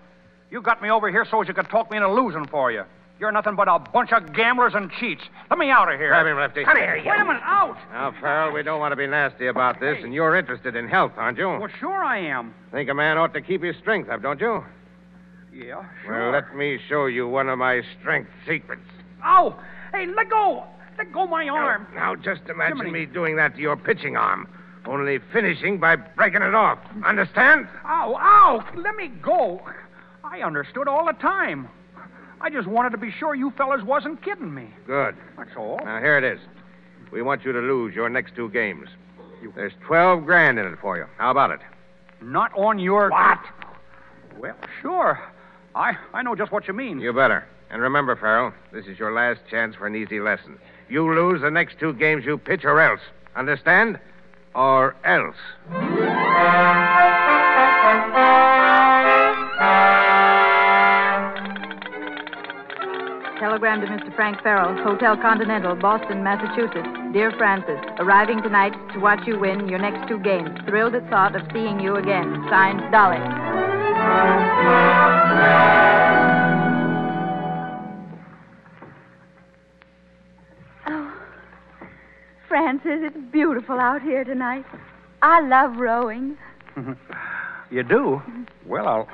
[SPEAKER 6] You got me over here so as you could talk me into losing for you. You're nothing but a bunch of gamblers and cheats. Let me out of here.
[SPEAKER 5] Grab him, Lefty.
[SPEAKER 6] Come here, you.
[SPEAKER 4] Wait a minute, out!
[SPEAKER 5] Now, Farrell, we don't want to be nasty about this, and you're interested in health, aren't you?
[SPEAKER 6] Well, sure I am.
[SPEAKER 5] Think a man ought to keep his strength up, don't you?
[SPEAKER 6] Yeah,
[SPEAKER 5] Well, let me show you one of my strength secrets.
[SPEAKER 6] Ow! Hey, let go! Let go my arm.
[SPEAKER 5] Now, just imagine me doing that to your pitching arm, only finishing by breaking it off. Understand?
[SPEAKER 6] Ow, ow! Let me go. I understood all the time. I just wanted to be sure you fellas wasn't kidding me.
[SPEAKER 5] Good.
[SPEAKER 6] That's all.
[SPEAKER 5] Now, here it is. We want you to lose your next two games. There's 12 grand in it for you. How about it?
[SPEAKER 6] Not on your. What? Well, sure. I, I know just what you mean.
[SPEAKER 5] You better. And remember, Farrell, this is your last chance for an easy lesson. You lose the next two games you pitch, or else. Understand? Or else.
[SPEAKER 15] Telegram to Mr. Frank Farrell, Hotel Continental, Boston, Massachusetts. Dear Francis, arriving tonight to watch you win your next two games. Thrilled at thought of seeing you again. Signed, Dolly.
[SPEAKER 11] Francis, it's beautiful out here tonight. I love rowing.
[SPEAKER 6] You do? Well, I'll,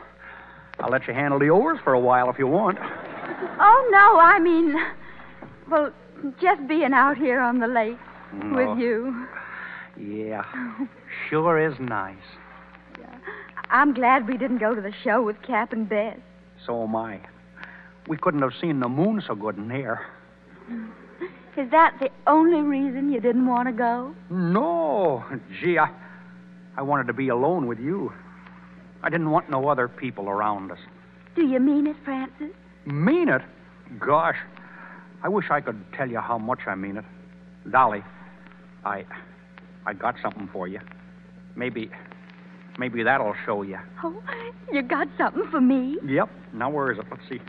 [SPEAKER 6] I'll let you handle the oars for a while if you want.
[SPEAKER 11] Oh, no, I mean, well, just being out here on the lake
[SPEAKER 6] No.
[SPEAKER 11] with you.
[SPEAKER 6] Oh, Yeah. Sure is nice.
[SPEAKER 11] I'm glad we didn't go to the show with Cap and Bess.
[SPEAKER 6] So am I. We couldn't have seen the moon so good in here.
[SPEAKER 11] Is that the only reason you didn't want to go?
[SPEAKER 6] No. Gee, I, I wanted to be alone with you. I didn't want no other people around us.
[SPEAKER 11] Do you mean it, Francis?
[SPEAKER 6] Mean it? Gosh, I wish I could tell you how much I mean it. Dolly, I, I got something for you. Maybe, maybe that'll show you.
[SPEAKER 11] Oh, you got something for me?
[SPEAKER 6] Yep. Now where is it? Let's see.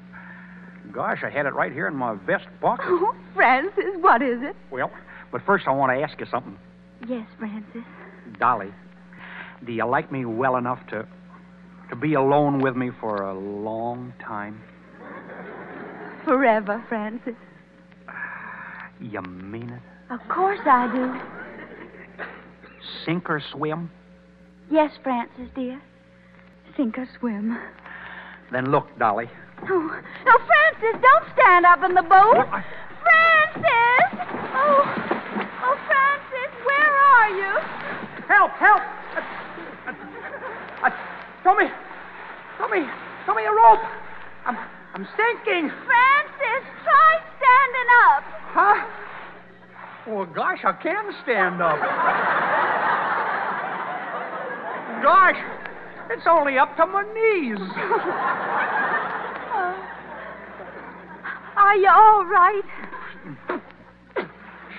[SPEAKER 6] Gosh, I had it right here in my vest pocket.
[SPEAKER 11] Oh, Francis, what is it?
[SPEAKER 6] Well, but first I want to ask you something,
[SPEAKER 11] Yes, Francis.
[SPEAKER 6] Dolly. Do you like me well enough to, to be alone with me for a long time?
[SPEAKER 11] Forever, Francis.
[SPEAKER 6] You mean it?
[SPEAKER 11] Of course I do.
[SPEAKER 6] Sink or swim?
[SPEAKER 11] Yes, Francis, dear. Sink or swim.
[SPEAKER 6] Then look, Dolly.
[SPEAKER 11] Oh, oh Francis, don't stand up in the boat. Francis! Oh, oh, Francis, where are you?
[SPEAKER 6] Help, help! Tommy! Tommy! Tommy, a rope! I'm, I'm sinking!
[SPEAKER 11] Francis, try standing up.
[SPEAKER 6] Huh? Well, Oh, gosh, I can stand up. gosh, it's only up to my knees.
[SPEAKER 11] Are you Oh, all right?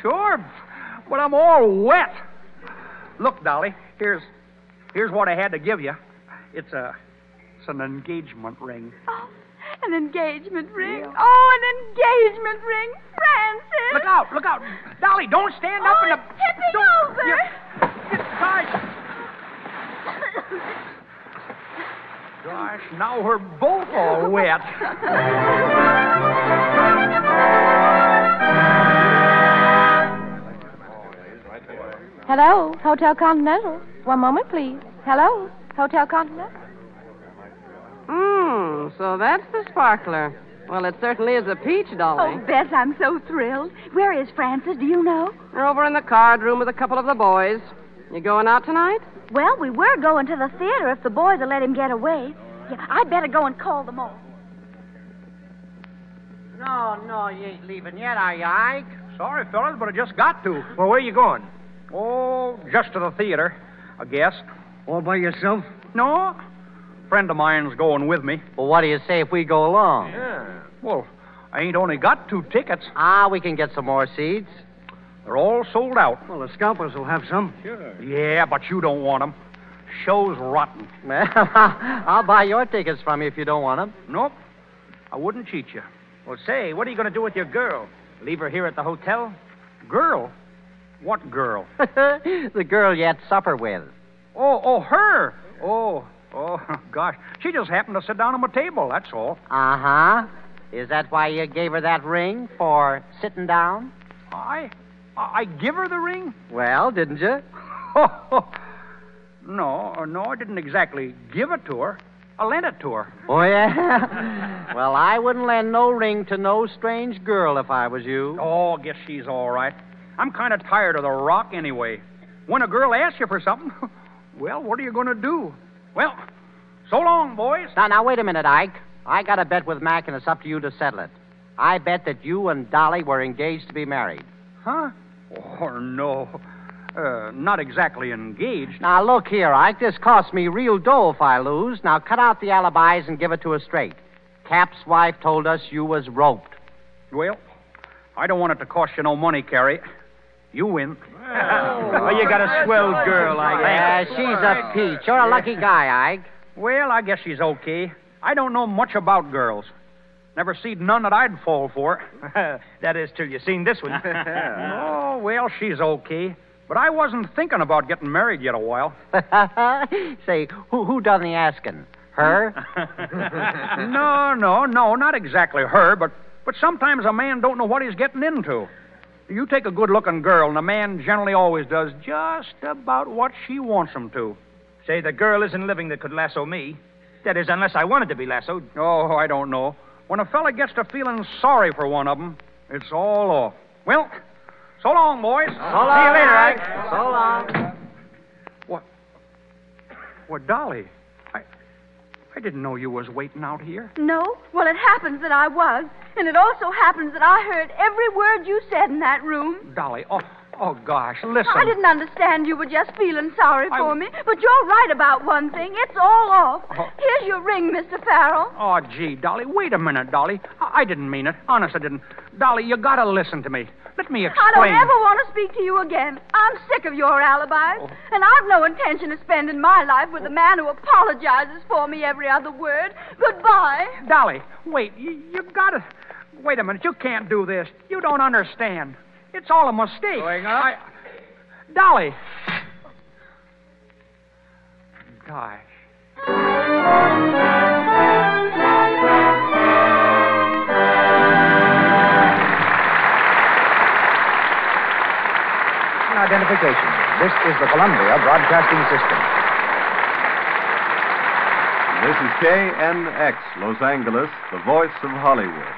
[SPEAKER 6] sure, but I'm all wet. Look, Dolly, here's here's what I had to give you. It's a it's an engagement ring.
[SPEAKER 11] An engagement ring. Oh, an engagement ring, Francis. Oh,
[SPEAKER 6] Look out! Look out! Dolly, don't stand up in the.
[SPEAKER 11] Tipping over.
[SPEAKER 6] Gosh, now we're both all wet.
[SPEAKER 16] Hello, Hotel Continental. One moment, please. Hello, Hotel Continental.
[SPEAKER 10] Mmm, so that's the sparkler. Well, it certainly is a peach, Dolly.
[SPEAKER 11] Oh, Bess, I'm so thrilled. Where is Francis? Do you know?
[SPEAKER 10] We're over in the card room with a couple of the boys. You going out tonight?
[SPEAKER 11] Well, we were going to the theater if the boys will let him get away. Yeah, I'd better go and call them all.
[SPEAKER 9] No, no, you ain't leaving yet, are you, Ike?
[SPEAKER 6] Sorry, fellas, but I just got to. Well, where you going? Oh, just to the theater, I guess. All by yourself? No. Friend of mine's going with me.
[SPEAKER 9] Well, what do you say if we go along?
[SPEAKER 6] Well, I ain't only got two tickets.
[SPEAKER 9] Ah, we can get some more seats.
[SPEAKER 6] They're all sold out.
[SPEAKER 18] Well, the scalpers will have some.
[SPEAKER 6] Sure. Yeah, but you don't want 'em. Show's rotten.
[SPEAKER 9] Well, I'll buy your tickets from you if you don't want 'em.
[SPEAKER 6] Nope. I wouldn't cheat you.
[SPEAKER 12] Well, say, what are you going to do with your girl? Leave her here at the hotel?
[SPEAKER 6] Girl? What girl?
[SPEAKER 9] the girl you had supper with.
[SPEAKER 6] Oh, oh, her. Oh, Oh, gosh. She just happened to sit down on my table, that's all.
[SPEAKER 9] Uh huh. Is that why you gave her that ring? For sitting down?
[SPEAKER 6] I. I I give her the ring?
[SPEAKER 9] Well, didn't you?
[SPEAKER 6] No, no, I didn't exactly give it to her. I lent it to her.
[SPEAKER 9] Oh, yeah? well, I wouldn't lend no ring to no strange girl if I was you.
[SPEAKER 6] Oh, guess she's all right. I'm kind of tired of the rock anyway. When a girl asks you for something, well, what are you going to do? Well, so long, boys.
[SPEAKER 9] Now, now, wait a minute, Ike. I got a bet with Mac, and it's up to you to settle it. I bet that you and Dolly were engaged to be married.
[SPEAKER 6] Huh? Oh, no. Uh, not exactly engaged.
[SPEAKER 9] Now, look here, Ike. This costs me real dough if I lose. Now, cut out the alibis and give it to us straight. Cap's wife told us you was roped.
[SPEAKER 6] Well, I don't want it to cost you no money, Carrie. You win. Oh,
[SPEAKER 17] Well, you got a swell girl, I
[SPEAKER 9] Yeah,
[SPEAKER 17] guess.
[SPEAKER 9] she's a peach. You're a lucky guy, Ike.
[SPEAKER 6] Well, I guess she's okay. I don't know much about girls. Never seen none that I'd fall for.
[SPEAKER 17] that is till you seen this one.
[SPEAKER 6] oh, well, she's okay. But I wasn't thinking about getting married yet a while.
[SPEAKER 9] Say, who who done the asking? Her?
[SPEAKER 6] no, no, no, not exactly her, but but sometimes a man don't know what he's getting into. You take a good-looking girl, and a man generally always does just about what she wants him to.
[SPEAKER 17] Say, the girl isn't living that could lasso me. That is, unless I wanted to be lassoed.
[SPEAKER 6] Oh, I don't know. When a fella gets to feeling sorry for one of 'em, it's all off. Well, so long, boys.
[SPEAKER 17] long,
[SPEAKER 6] See you later,
[SPEAKER 17] Ike.
[SPEAKER 6] Ike.
[SPEAKER 17] So long.
[SPEAKER 6] Well, Dolly, I, I didn't know you was waiting out here.
[SPEAKER 11] No? Well, it happens that I was. And it also happens that I heard every word you said in that room.
[SPEAKER 6] Dolly, oh, oh gosh, listen.
[SPEAKER 11] I didn't understand you were just feeling sorry
[SPEAKER 6] I-
[SPEAKER 11] for me, but you're right about one thing. It's all off.
[SPEAKER 16] Oh.
[SPEAKER 11] Here's your ring, Mr. Farrell.
[SPEAKER 6] Oh, gee, Dolly, wait a minute, Dolly. I, I didn't mean it. Honest, I didn't. Dolly, you gotta listen to me. Let me
[SPEAKER 11] I don't
[SPEAKER 6] explain.
[SPEAKER 11] ever want to speak to you again. I'm sick of your alibis,
[SPEAKER 19] Oh.
[SPEAKER 11] and I've no intention of spending my life with a man who apologizes for me every other word. Goodbye.
[SPEAKER 6] Dolly, wait. You, you gotta. Wait a minute. You can't do this. You don't understand. It's all a mistake. Going up? I... Dolly. Gosh.
[SPEAKER 2] and identification. This is the Columbia Broadcasting System.
[SPEAKER 18] This is KNX, Los Angeles, the voice of Hollywood.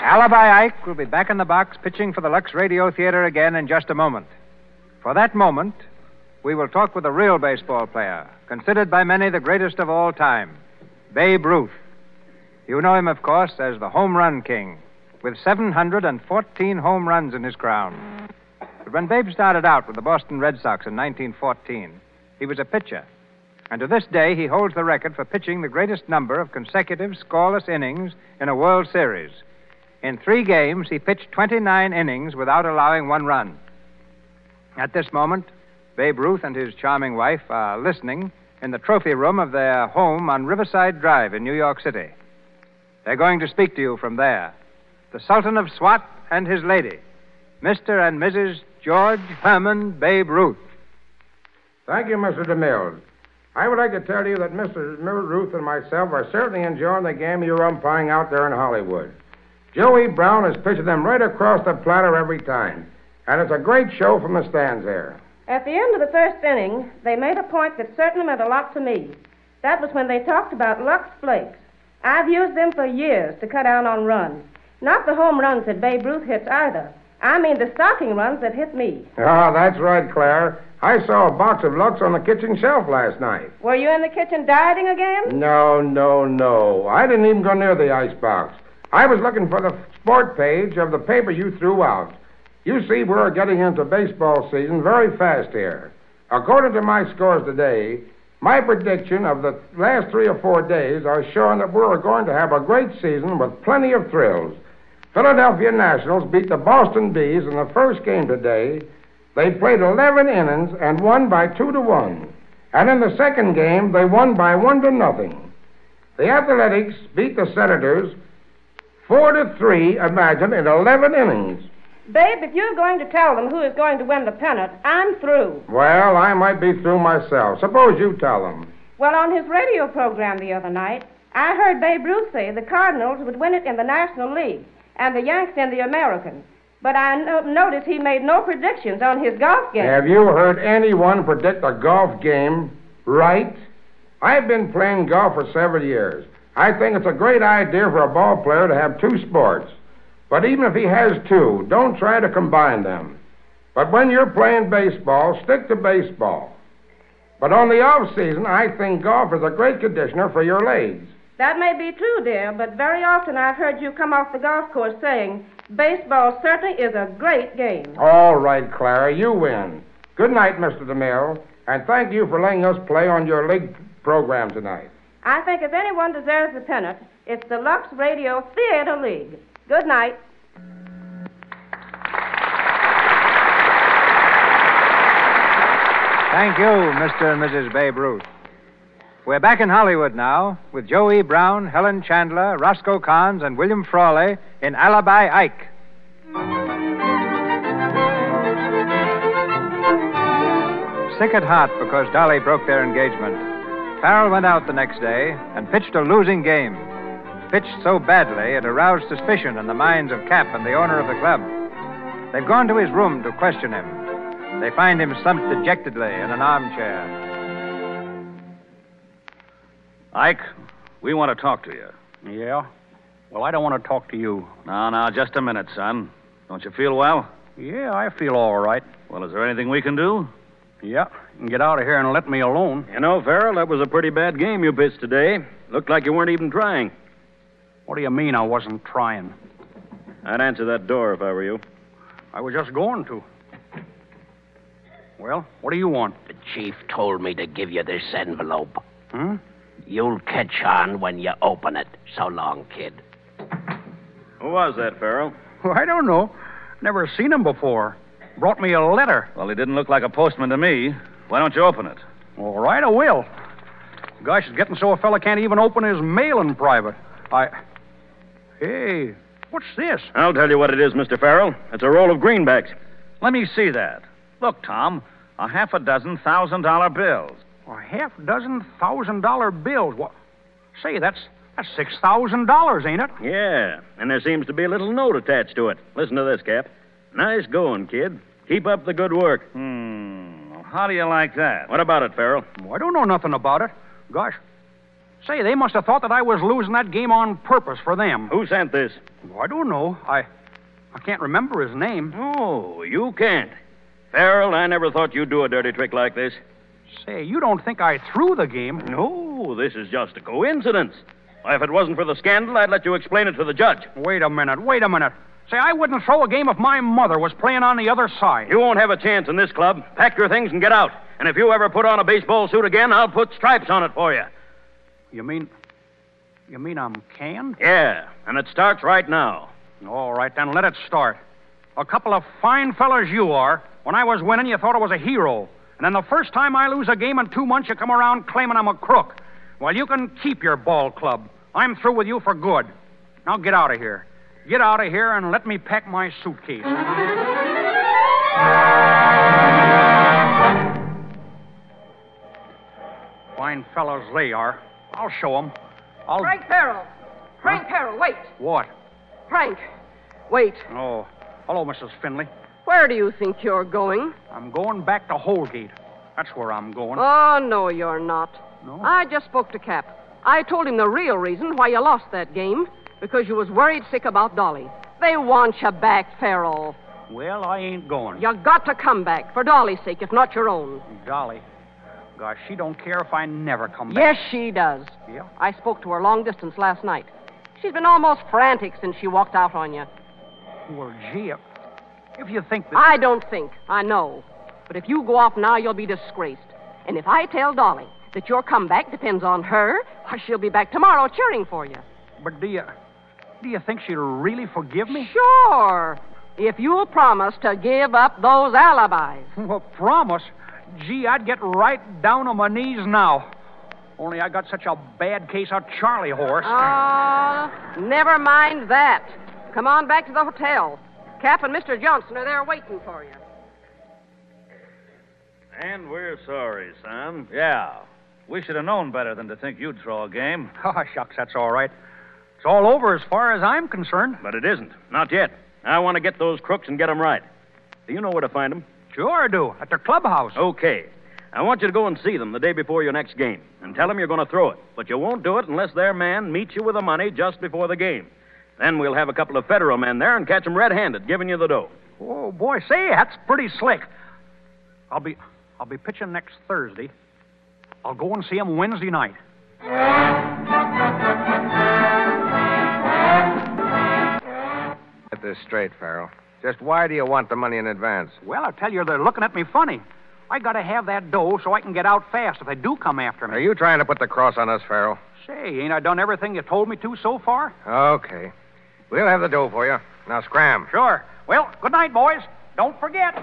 [SPEAKER 3] Alibi Ike will be back in the box pitching for the Lux Radio Theater again in just a moment. For that moment, we will talk with a real baseball player, considered by many the greatest of all time, Babe Ruth. You know him, of course, as the home run king, with 714 home runs in his crown. But when Babe started out with the Boston Red Sox in 1914, he was a pitcher. And to this day, he holds the record for pitching the greatest number of consecutive scoreless innings in a World Series. In three games, he pitched 29 innings without allowing one run. At this moment, Babe Ruth and his charming wife are listening in the trophy room of their home on Riverside Drive in New York City. They're going to speak to you from there. The Sultan of SWAT and his lady, Mr. and Mrs. George Herman Babe Ruth.
[SPEAKER 20] Thank you, Mr. DeMille. I would like to tell you that Mrs. Ruth and myself are certainly enjoying the game you're umpiring out there in Hollywood. Joey Brown is pitching them right across the platter every time, and it's a great show from the stands there.
[SPEAKER 21] At the end of the first inning, they made a point that certainly meant a lot to me. That was when they talked about Lux Flakes. I've used them for years to cut down on runs. Not the home runs that Babe Ruth hits either. I mean the stocking runs that hit me.
[SPEAKER 20] Ah, that's right, Claire. I saw a box of Lux on the kitchen shelf last night.
[SPEAKER 21] Were you in the kitchen dieting
[SPEAKER 20] Mm.
[SPEAKER 21] again?
[SPEAKER 20] No, no, no. I didn't even go near the icebox. I was looking for the sport page of the paper you threw out. You see, we're getting into baseball season very fast here. According to my scores today, my prediction of the last three or four days are showing that we're going to have a great season with plenty of thrills. Philadelphia Nationals beat the Boston Bees in the first game today. They played 11 innings and won by 2 to 1. And in the second game, they won by one to nothing. The Athletics beat the Senators four to three. Imagine in eleven innings.
[SPEAKER 21] Babe, if you're going to tell them who is going to win the pennant, I'm through.
[SPEAKER 20] Well, I might be through myself. Suppose you tell them.
[SPEAKER 21] Well, on his radio program the other night, I heard Babe Ruth say the Cardinals would win it in the National League and the Yanks in the American. But I no- noticed he made no predictions on his golf game.
[SPEAKER 20] Have you heard anyone predict a golf game right? I've been playing golf for several years. I think it's a great idea for a ball player to have two sports. But even if he has two, don't try to combine them. But when you're playing baseball, stick to baseball. But on the off season, I think golf is a great conditioner for your legs.
[SPEAKER 21] That may be true, dear, but very often I've heard you come off the golf course saying, baseball certainly is a great game.
[SPEAKER 20] All right, Clara, you win. Good night, Mr. DeMille, and thank you for letting us play on your league program tonight.
[SPEAKER 21] I think if anyone deserves the pennant, it's the Lux Radio Theater League. Good night.
[SPEAKER 3] Thank you, Mr. and Mrs. Babe Ruth. We're back in Hollywood now with Joey Brown, Helen Chandler, Roscoe Carnes, and William Frawley in Alibi Ike. Sick at heart because Dolly broke their engagement, Farrell went out the next day and pitched a losing game. Pitched so badly it aroused suspicion in the minds of Cap and the owner of the club. They've gone to his room to question him. They find him slumped dejectedly in an armchair.
[SPEAKER 12] Ike, we want to talk to you.
[SPEAKER 6] Yeah? Well, I don't want to talk to you.
[SPEAKER 12] Now, now, just a minute, son. Don't you feel well?
[SPEAKER 6] Yeah, I feel all right.
[SPEAKER 12] Well, is there anything we can do?
[SPEAKER 6] Yeah, you can get out of here and let me alone.
[SPEAKER 22] You know, Farrell, that was a pretty bad game you pitched today. Looked like you weren't even trying.
[SPEAKER 6] What do you mean I wasn't trying?
[SPEAKER 22] I'd answer that door if I were you.
[SPEAKER 6] I was just going to. Well, what do you want?
[SPEAKER 7] The chief told me to give you this envelope.
[SPEAKER 6] Hmm?
[SPEAKER 7] You'll catch on when you open it. So long, kid.
[SPEAKER 22] Who was that, Farrell?
[SPEAKER 6] Well, I don't know. Never seen him before. Brought me a letter.
[SPEAKER 12] Well, he didn't look like a postman to me. Why don't you open it?
[SPEAKER 6] All right, I will. Gosh, it's getting so a fella can't even open his mail in private. I. Hey, what's this?
[SPEAKER 22] I'll tell you what it is, Mr. Farrell. It's a roll of greenbacks.
[SPEAKER 12] Let me see that. Look, Tom, a half a dozen thousand dollar bills.
[SPEAKER 6] A half dozen thousand dollar bills. What? Say, that's that's six thousand dollars, ain't it?
[SPEAKER 22] Yeah, and there seems to be a little note attached to it. Listen to this, Cap. Nice going, kid. Keep up the good work.
[SPEAKER 12] Hmm. Well, how do you like that?
[SPEAKER 22] What about it, Farrell?
[SPEAKER 6] Oh, I don't know nothing about it. Gosh. Say, they must have thought that I was losing that game on purpose for them.
[SPEAKER 22] Who sent this?
[SPEAKER 6] Oh, I don't know. I I can't remember his name.
[SPEAKER 22] Oh, you can't. Farrell, I never thought you'd do a dirty trick like this.
[SPEAKER 6] Say, you don't think I threw the game?
[SPEAKER 22] No, this is just a coincidence. Why, if it wasn't for the scandal, I'd let you explain it to the judge.
[SPEAKER 6] Wait a minute. Wait a minute. Say, I wouldn't throw a game if my mother was playing on the other side.
[SPEAKER 22] You won't have a chance in this club. Pack your things and get out. And if you ever put on a baseball suit again, I'll put stripes on it for you.
[SPEAKER 6] You mean. You mean I'm canned?
[SPEAKER 22] Yeah, and it starts right now.
[SPEAKER 6] All right, then let it start. A couple of fine fellas you are. When I was winning, you thought I was a hero. And then the first time I lose a game in two months, you come around claiming I'm a crook. Well, you can keep your ball club. I'm through with you for good. Now get out of here. Get out of here and let me pack my suitcase. Fine fellows they are. I'll show 'em. I'll.
[SPEAKER 19] Frank Farrell. Frank Farrell, wait.
[SPEAKER 6] What?
[SPEAKER 19] Frank, wait.
[SPEAKER 6] Oh. Hello, Mrs. Finley.
[SPEAKER 19] Where do you think you're going?
[SPEAKER 6] I'm going back to Holgate. That's where I'm going.
[SPEAKER 19] Oh, no, you're not.
[SPEAKER 6] No?
[SPEAKER 19] I just spoke to Cap. I told him the real reason why you lost that game because you was worried sick about Dolly. They want you back, Farrell.
[SPEAKER 6] Well, I ain't going.
[SPEAKER 19] You got to come back for Dolly's sake, if not your own.
[SPEAKER 6] Dolly. Gosh, she don't care if I never come
[SPEAKER 19] Yes,
[SPEAKER 6] back.
[SPEAKER 19] she does.
[SPEAKER 6] Yeah?
[SPEAKER 19] I spoke to her long distance last night. She's been almost frantic since she walked out on you.
[SPEAKER 6] Well, gee, if, if you think that.
[SPEAKER 19] I don't think. I know. But if you go off now, you'll be disgraced. And if I tell Dolly that your comeback depends on her, why, she'll be back tomorrow cheering for you.
[SPEAKER 6] But do you. Do you think she'll really forgive me?
[SPEAKER 19] Sure. If you'll promise to give up those alibis.
[SPEAKER 6] Well, promise. Gee, I'd get right down on my knees now. Only I got such a bad case of
[SPEAKER 19] Oh,
[SPEAKER 6] Charlie horse.
[SPEAKER 19] Ah, never mind that. Come on back to the hotel. Cap and Mr. Johnson are there waiting for you.
[SPEAKER 23] And we're sorry, son. Yeah. We should have known better than to think you'd throw a game.
[SPEAKER 6] Oh, shucks, that's all right. It's all over as far as I'm concerned.
[SPEAKER 24] But it isn't. Not yet. I want to get those crooks and get 'em right. Do you know where to find 'em?
[SPEAKER 6] Sure I do. At their clubhouse.
[SPEAKER 24] Okay. I want you to go and see them the day before your next game and tell 'em you're going to throw it. But you won't do it unless their man meets you with the money just before the game. Then we'll have a couple of federal men there and catch 'em red handed, giving you the dough.
[SPEAKER 6] Oh, boy, say, that's pretty slick. I'll be I'll be pitching next Thursday. I'll go and see 'em Wednesday night.
[SPEAKER 5] Get this straight, Farrell. Just why do you want the money in advance?
[SPEAKER 6] Well, I tell you, they're looking at me funny. I gotta have that dough so I can get out fast if they do come after me.
[SPEAKER 5] Are you trying to put the cross on us, Farrell?
[SPEAKER 6] Say, ain't I done everything you told me to so far?
[SPEAKER 5] Okay. We'll have the dough for you. Now scram.
[SPEAKER 6] Sure. Well, good night, boys. Don't forget.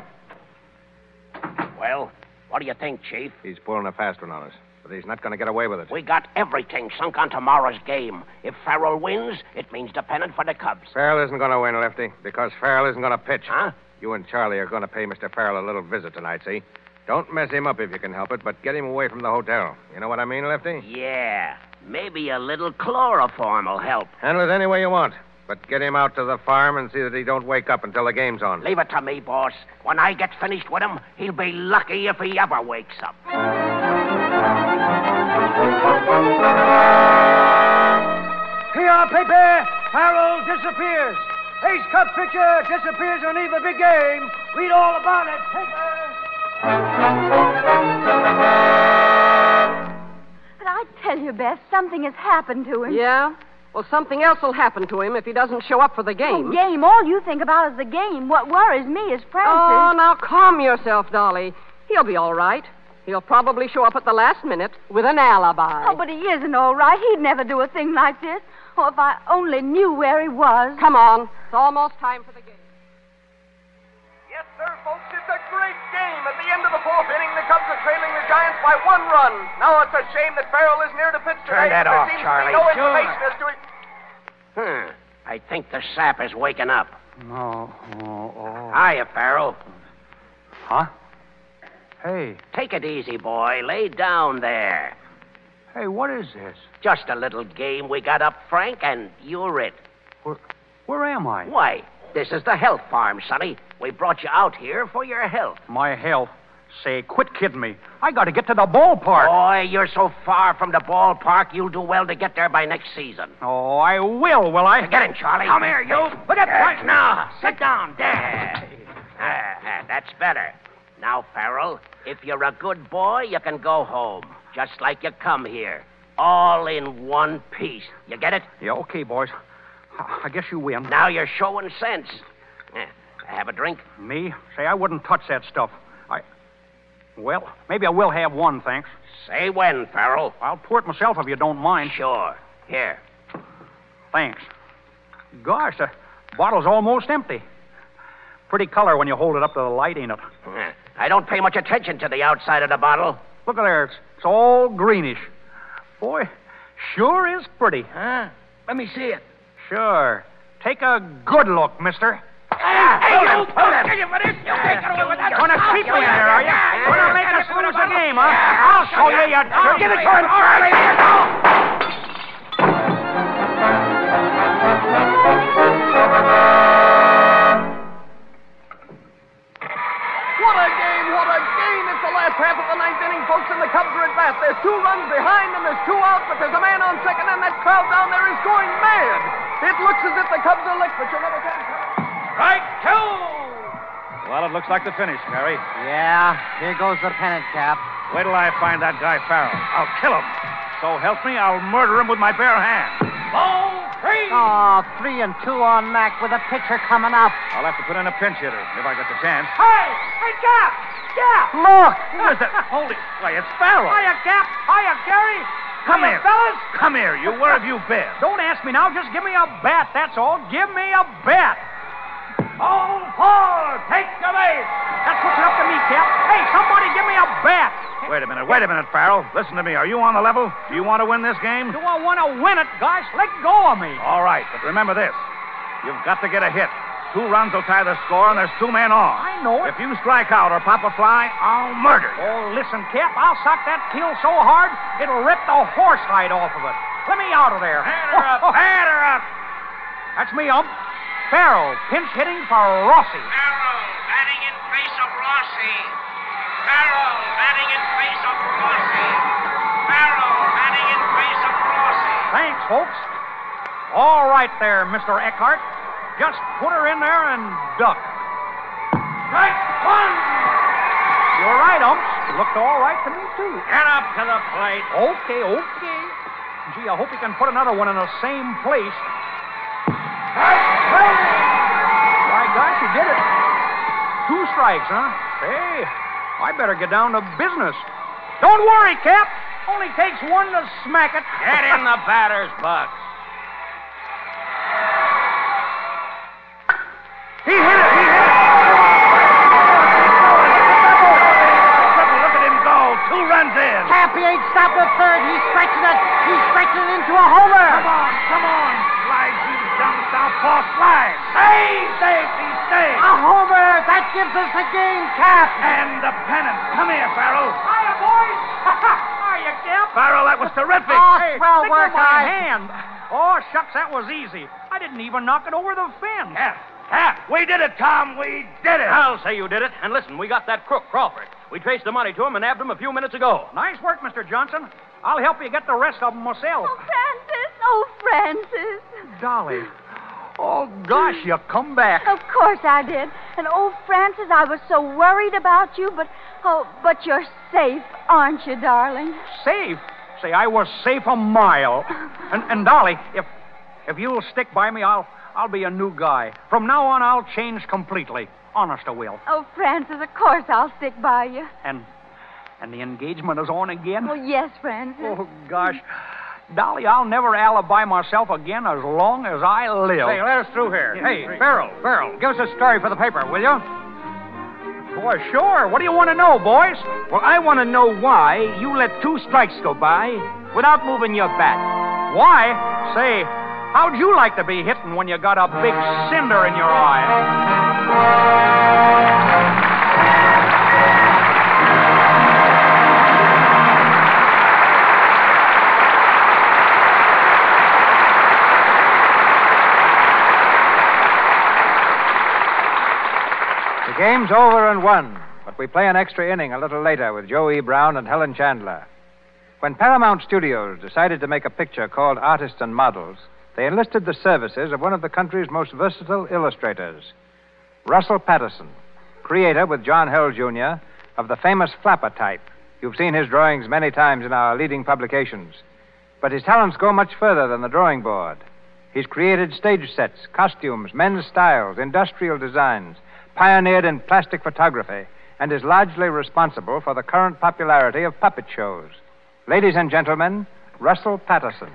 [SPEAKER 7] Well, what do you think, Chief?
[SPEAKER 5] He's pulling a fast one on us, but he's not going to get away with it.
[SPEAKER 7] We got everything sunk on tomorrow's game. If Farrell wins, it means the pennant for the Cubs.
[SPEAKER 5] Farrell isn't going to win, Lefty, because Farrell isn't going to pitch.
[SPEAKER 7] Huh?
[SPEAKER 5] You and Charlie are going to pay Mr. Farrell a little visit tonight, see? Don't mess him up if you can help it, but get him away from the hotel. You know what I mean, Lefty?
[SPEAKER 7] Yeah. Maybe a little chloroform will help.
[SPEAKER 5] Handle it any way you want, but get him out to the farm and see that he don't wake up until the game's on.
[SPEAKER 7] Leave it to me, boss. When I get finished with him, he'll be lucky if he ever wakes up.
[SPEAKER 4] P.R.P.P. Harold disappears. Ace Cup pitcher disappears on eve of big game. Read all about it,
[SPEAKER 11] But I tell you, Bess, something has happened to him.
[SPEAKER 19] Yeah? Well, something else will happen to him if he doesn't show up for the game.
[SPEAKER 11] Oh, game. All you think about is the game. What worries me is
[SPEAKER 19] Oh,
[SPEAKER 11] Francis.
[SPEAKER 19] now calm yourself, Dolly. He'll be all right. He'll probably show up at the last minute with an alibi.
[SPEAKER 11] Oh, but he isn't all right. He'd never do a thing like this. Oh, if I only knew where he was.
[SPEAKER 19] Come on. It's almost time for the game.
[SPEAKER 4] Yes, sir, folks. It's a great game. At the end of the fourth inning, the Cubs are trailing the Giants by one run. Now it's a shame that Farrell isn't here to pitch tonight.
[SPEAKER 7] Turn that
[SPEAKER 4] There
[SPEAKER 7] off,
[SPEAKER 4] seems to be
[SPEAKER 7] Charlie.
[SPEAKER 4] No
[SPEAKER 7] Sure.
[SPEAKER 4] information as to his
[SPEAKER 7] Hmm. I think the sap is waking up.
[SPEAKER 6] No. Oh, oh.
[SPEAKER 7] Hiya, Farrell.
[SPEAKER 6] Huh? Hey.
[SPEAKER 7] Take it easy, boy. Lay down there.
[SPEAKER 6] Hey, what is this?
[SPEAKER 7] Just a little game we got up, Frank, and you're it.
[SPEAKER 6] Where am I?
[SPEAKER 7] Why, this is the health farm, Sonny. We brought you out here for your health.
[SPEAKER 6] My health. Say, quit kidding me. I gotta get to the ballpark.
[SPEAKER 7] Boy, you're so far from the ballpark, you'll do well to get there by next season.
[SPEAKER 6] Oh, I will, will I?
[SPEAKER 7] Get in, Charlie.
[SPEAKER 6] Come here, you.
[SPEAKER 7] Look at
[SPEAKER 6] Yes,
[SPEAKER 7] Now, sit down. There. Ah, ah, that's better. Now, Farrell, if you're a good boy, you can go home, just like you come here, all in one piece. You get it?
[SPEAKER 6] Yeah, okay, boys. I I guess you win.
[SPEAKER 7] Now you're showing sense. Eh, Have a drink?
[SPEAKER 6] Me? Say, I wouldn't touch that stuff. I. Well, maybe I will have one, thanks.
[SPEAKER 7] Say when, Farrell.
[SPEAKER 6] I'll pour it myself if you don't mind.
[SPEAKER 7] Sure. Here.
[SPEAKER 6] Thanks. Gosh, the bottle's almost empty. Pretty color when you hold it up to the light, ain't it?
[SPEAKER 7] Eh, I don't pay much attention to the outside of the bottle.
[SPEAKER 6] Look at there. It's, it's all greenish. Boy, sure is pretty.
[SPEAKER 7] Huh? Let me see it.
[SPEAKER 6] Sure. Take a good look, mister.
[SPEAKER 7] Hey, you!
[SPEAKER 6] Gonna keep me in there, are you? Gonna make us lose the game, huh? I'll show you, you dirty... Give it to him! All right,
[SPEAKER 4] What a game! What a game! It's the last half of the ninth inning, folks, and the Cubs are at bat. There's two runs behind, and there's two out, but there's a man on second, and that crowd down there is going mad. It looks as if the Cubs are licked, but you never can tell.
[SPEAKER 23] Right, two!
[SPEAKER 7] Well, it looks like the finish, Harry.
[SPEAKER 25] Yeah, here goes the pennant cap.
[SPEAKER 23] Wait till I find that guy Farrell. I'll kill him. So help me, I'll murder him with my bare hand.
[SPEAKER 7] Ball three.
[SPEAKER 25] Oh, three and two on Mac with a pitcher coming up.
[SPEAKER 23] I'll have to put in a pinch hitter if I get the chance.
[SPEAKER 26] Hey! Hey, Cap! Cap!
[SPEAKER 25] Look!
[SPEAKER 23] Who is that? Holy... Why, it's Farrell.
[SPEAKER 26] Hiya, Cap! Hiya, Gary!
[SPEAKER 23] Come
[SPEAKER 26] Hiya,
[SPEAKER 23] here.
[SPEAKER 26] fellas!
[SPEAKER 23] Come here, you. Where have you been?
[SPEAKER 6] Don't ask me now. Just give me a bat. That's all. Give me a bat.
[SPEAKER 4] All four, take the base.
[SPEAKER 6] That's what's up to me, Cap. Hey, somebody give me a bat.
[SPEAKER 23] Wait a minute, wait a minute, Farrell. Listen to me. Are you on the level? Do you want to win this game?
[SPEAKER 6] Do I want to win it, guys? Let go of me.
[SPEAKER 23] All right, but remember this. You've got to get a hit.
[SPEAKER 4] Two runs will tie the score, and there's two men on.
[SPEAKER 6] I know it.
[SPEAKER 4] If you strike out or pop a fly, I'll murder you.
[SPEAKER 6] Oh, listen, Cap, I'll sock that kill so hard it'll rip the horse hide off of it. Let me out of there. Hand her up.
[SPEAKER 4] Hand her up.
[SPEAKER 6] That's me, ump. Farrell, pinch hitting for Rossi.
[SPEAKER 27] Farrell, batting in face of Rossi. Farrell, batting in face of Rossi. Farrell, batting in face of Rossi.
[SPEAKER 6] Thanks, folks. All right there, Mr. Eckhart. Just put her in there and duck.
[SPEAKER 27] Strike one.
[SPEAKER 6] You're right, umps. Looked all right to me, too.
[SPEAKER 27] Get up to the plate.
[SPEAKER 6] Okay, okay. Gee, I hope he can put another one in the same place. By gosh, he did it. Two strikes, huh? Hey, I better get down to business. Don't worry, Cap. Only takes one to smack it.
[SPEAKER 7] Get in the batter's box.
[SPEAKER 4] He hit it. He hit it. Cripple, look at him go. Two runs in.
[SPEAKER 28] Cap, he ain't stopped at third. He's stretching it. He's stretching it into a homer.
[SPEAKER 4] Come on, come on. Slide, you dumb southpaw slide. Save, save, he saved.
[SPEAKER 28] A homer. That gives us the game, Cap.
[SPEAKER 4] And the pennant. Come here, Farrell.
[SPEAKER 27] Hiya, boys. Are you, Cap?
[SPEAKER 4] Farrell, that was terrific.
[SPEAKER 28] Oh,
[SPEAKER 6] Hey,
[SPEAKER 28] swell
[SPEAKER 6] think
[SPEAKER 28] work,
[SPEAKER 6] of
[SPEAKER 28] I-
[SPEAKER 6] my hand. Oh, shucks, that was easy. I didn't even knock it over the fence.
[SPEAKER 4] Cap, Cap, we did it, Tom. We did it.
[SPEAKER 29] I'll say you did it. And listen, we got that crook, Crawford. We traced the money to him and nabbed him a few minutes ago.
[SPEAKER 6] Nice work, Mr. Johnson. I'll help you get the rest of them myself.
[SPEAKER 11] Francis, oh, Francis.
[SPEAKER 6] Dolly. Oh, gosh, you come back.
[SPEAKER 11] Of course I did. And oh, Francis, I was so worried about you, but oh, but you're safe, aren't you, darling?
[SPEAKER 6] Safe? Say, I was safe a mile. And, and Dolly, if if you'll stick by me, I'll I'll be a new guy. From now on, I'll change completely. Honest, I will.
[SPEAKER 11] Oh, Francis, of course I'll stick by you.
[SPEAKER 6] And and the engagement is on again.
[SPEAKER 11] Well, yes, Francis.
[SPEAKER 6] Oh gosh, Dolly, I'll never alibi myself again as long as I live.
[SPEAKER 5] Hey, let us through here. Hey, Farrell, Farrell, give us a story for the paper, will you?
[SPEAKER 6] Boy, sure. What do you want to know, boys?
[SPEAKER 30] Well, I want to know why you let two strikes go by without moving your bat.
[SPEAKER 6] Why? Say, how'd you like to be hitting when you got a big cinder in your eye?
[SPEAKER 3] The game's over and won, but we play an extra inning a little later with Joey Brown and Helen Chandler. When Paramount Studios decided to make a picture called Artists and Models, they enlisted the services of one of the country's most versatile illustrators, Russell Patterson, creator with John Hill Jr. of the famous flapper type. You've seen his drawings many times in our leading publications. But his talents go much further than the drawing board. He's created stage sets, costumes, men's styles, industrial designs, pioneered in plastic photography, and is largely responsible for the current popularity of puppet shows. Ladies and gentlemen, Russell Patterson.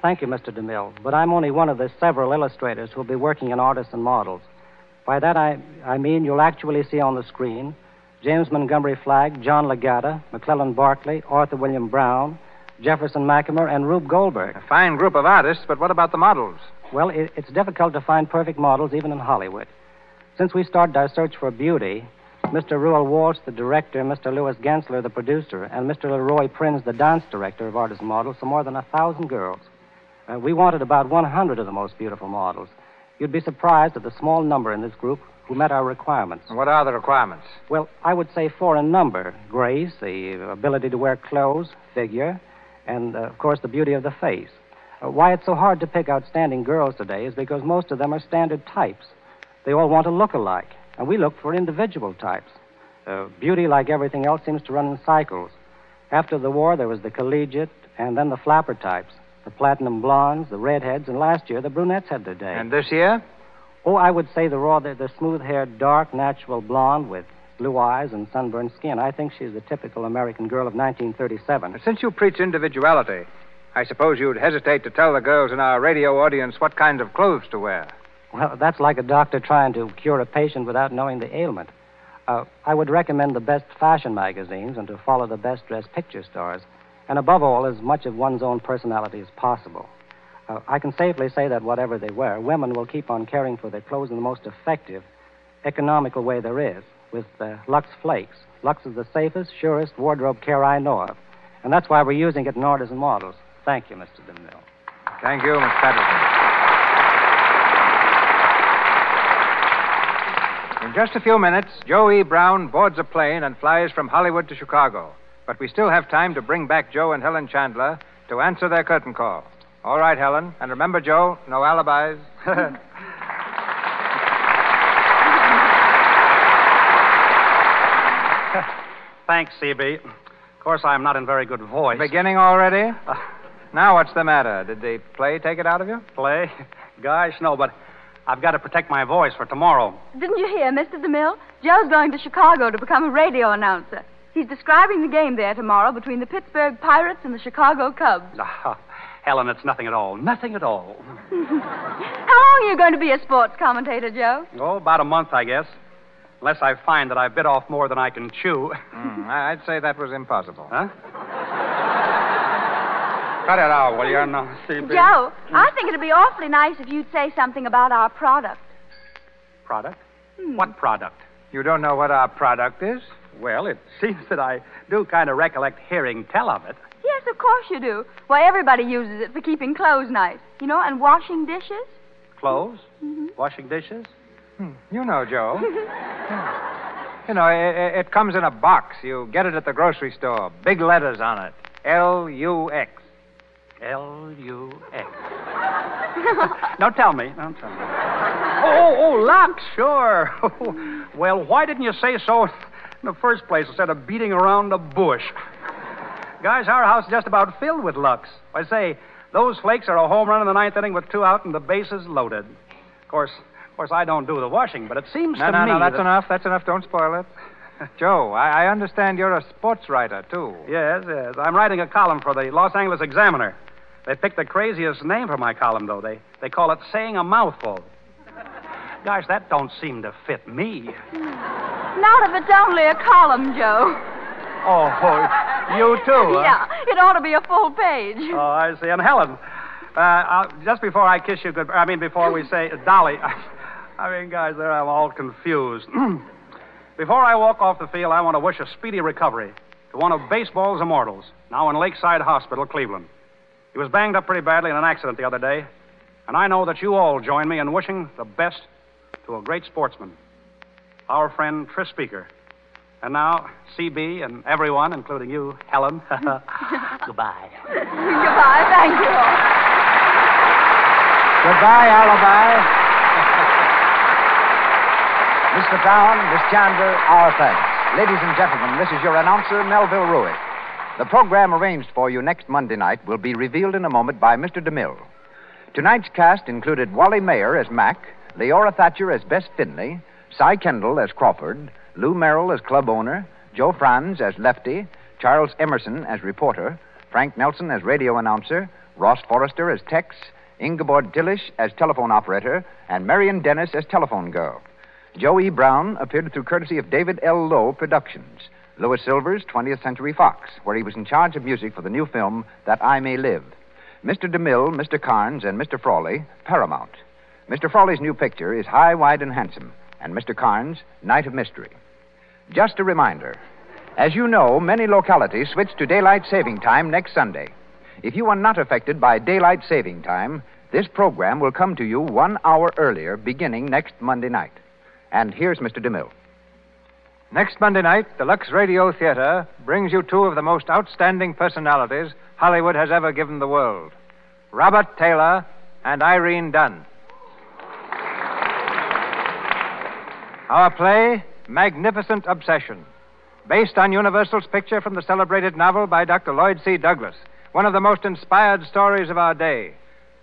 [SPEAKER 14] Thank you, Mr. DeMille, but I'm only one of the several illustrators who'll be working in artists and models. By that, I, I mean you'll actually see on the screen James Montgomery Flagg, John Legata, McClellan Barkley, Arthur William Brown, Jefferson Mackimer, and Rube Goldberg.
[SPEAKER 3] A fine group of artists, but what about the models?
[SPEAKER 14] Well, it, it's difficult to find perfect models even in Hollywood. Since we started our search for beauty, Mr. Ruel Walsh, the director, Mr. Louis Gensler, the producer, and Mr. Leroy Prinz, the dance director of Artists and Models, saw more than a thousand girls. Uh, we wanted about 100 of the most beautiful models. You'd be surprised at the small number in this group who met our requirements.
[SPEAKER 3] What are the requirements?
[SPEAKER 14] Well, I would say four in number grace, the ability to wear clothes, figure, and, uh, of course, the beauty of the face. Uh, why it's so hard to pick outstanding girls today is because most of them are standard types. They all want to look alike, and we look for individual types. Uh, beauty, like everything else, seems to run in cycles. After the war, there was the collegiate, and then the flapper types the platinum blondes, the redheads, and last year the brunettes had their day.
[SPEAKER 3] And this year?
[SPEAKER 14] Oh, I would say the raw, the, the smooth-haired, dark, natural blonde with blue eyes and sunburned skin. I think she's the typical American girl of 1937.
[SPEAKER 3] Since you preach individuality, I suppose you'd hesitate to tell the girls in our radio audience what kinds of clothes to wear.
[SPEAKER 14] Well, that's like a doctor trying to cure a patient without knowing the ailment. Uh, I would recommend the best fashion magazines and to follow the best-dressed picture stars. and above all, as much of one's own personality as possible. Uh, I can safely say that whatever they wear, women will keep on caring for their clothes in the most effective, economical way there is, with uh, Lux Flakes. Lux is the safest, surest wardrobe care I know of, and that's why we're using it in orders and models. Thank you, Mr. DeMille.
[SPEAKER 3] Thank you, Miss Patterson. In just a few minutes, Joe E. Brown boards a plane and flies from Hollywood to Chicago. But we still have time to bring back Joe and Helen Chandler to answer their curtain call. All right, Helen. And remember, Joe, no alibis.
[SPEAKER 6] Thanks, CB. Of course, I'm not in very good voice. Uh.
[SPEAKER 3] Beginning already? now, what's the matter? Did the play take it out of you?
[SPEAKER 6] Play? Gosh, no, but I've got to protect my voice for tomorrow.
[SPEAKER 11] Didn't you hear, Mr. DeMille? Joe's going to Chicago to become a radio announcer. He's describing the game there tomorrow between the Pittsburgh Pirates and the Chicago Cubs.
[SPEAKER 6] Oh, Helen, it's nothing at all. Nothing at all.
[SPEAKER 11] How long are you going to be a sports commentator, Joe?
[SPEAKER 6] Oh, about a month, I guess. Unless I find that I bit off more than I can chew.
[SPEAKER 3] Hmm,
[SPEAKER 6] Hmm.
[SPEAKER 3] I- I'd say that was impossible.
[SPEAKER 6] Huh? Cut it out, will you? No, CB.
[SPEAKER 11] Joe, I think it'd be awfully nice if you'd say something about our product.
[SPEAKER 6] Product? What product?
[SPEAKER 3] You don't know what our product is?
[SPEAKER 6] Well, it seems that I do kind of recollect hearing tell of it.
[SPEAKER 11] Yes, of course you do. Why, everybody uses it for keeping clothes nice, you know, and washing dishes.
[SPEAKER 6] Clothes? Washing dishes?
[SPEAKER 3] Hmm, You know, Joe.
[SPEAKER 6] Oh.
[SPEAKER 3] You know, it, it comes in a box. You get it at the grocery store. Big letters on it L U X.
[SPEAKER 6] L U X. Now tell me. Now tell me. Oh, oh, oh, Lux, sure. well, why didn't you say so in the first place instead of beating around the bush? Guys, our house is just about filled with Lux. I say, those flakes are a home run in the ninth inning with two out and the bases loaded. Of course, of course, I don't do the washing, but it seems
[SPEAKER 3] No,
[SPEAKER 6] to
[SPEAKER 3] no,
[SPEAKER 6] me
[SPEAKER 3] no. That's
[SPEAKER 6] that-
[SPEAKER 3] enough. That's enough. Don't spoil it. Joe, I, I understand you're a sports writer, too.
[SPEAKER 6] Yes, yes. I'm writing a column for the Los Angeles Examiner. They picked the craziest name for my column, though. They, they call it Saying a Mouthful. Gosh, that don't seem to fit me.
[SPEAKER 11] Not if it's only a column, Joe.
[SPEAKER 6] Oh, you too. huh?
[SPEAKER 11] Yeah, it ought to be a full page.
[SPEAKER 6] Oh, I see. And Helen, uh, uh, just before I kiss you good, I mean, before we say Dolly, I mean, guys, there I'm all confused. before I walk off the field, I want to wish a speedy recovery to one of baseball's immortals, now in Lakeside Hospital, Cleveland. He was banged up pretty badly in an accident the other day, and I know that you all join me in wishing the best to a great sportsman, our friend Tris Speaker. And now, CB and everyone, including you, Helen, goodbye.
[SPEAKER 11] Goodbye. Thank you all.
[SPEAKER 2] Goodbye, alibi. Mr. Brown, Miss Chandler, our thanks. Ladies and gentlemen, this is your announcer, Melville Ruick. The program arranged for you next Monday night will be revealed in a moment by Mr. DeMille. Tonight's cast included Wally Mayer as Mac, Leora Thatcher as Bess Finley, Cy Kendall as Crawford, Lou Merrill as club owner, Joe Franz as lefty, Charles Emerson as reporter, Frank Nelson as radio announcer, Ross Forrester as Tex, Ingeborg Dillish as telephone operator, and Marion Dennis as telephone girl. Joe E. Brown appeared through courtesy of David L. Lowe Productions, Louis Silver's 20th Century Fox, where he was in charge of music for the new film That I May Live. Mr. DeMille, Mr. Carnes, and Mr. Frawley, Paramount. Mr. Frawley's new picture is High, Wide, and Handsome, and Mr. Carnes, Night of Mystery. Just a reminder as you know, many localities switch to daylight saving time next Sunday. If you are not affected by daylight saving time, this program will come to you one hour earlier beginning next Monday night. And here's Mr. DeMille.
[SPEAKER 3] Next Monday night, the Lux Radio Theater brings you two of the most outstanding personalities Hollywood has ever given the world Robert Taylor and Irene Dunn. Our play, Magnificent Obsession, based on Universal's picture from the celebrated novel by Dr. Lloyd C. Douglas, one of the most inspired stories of our day.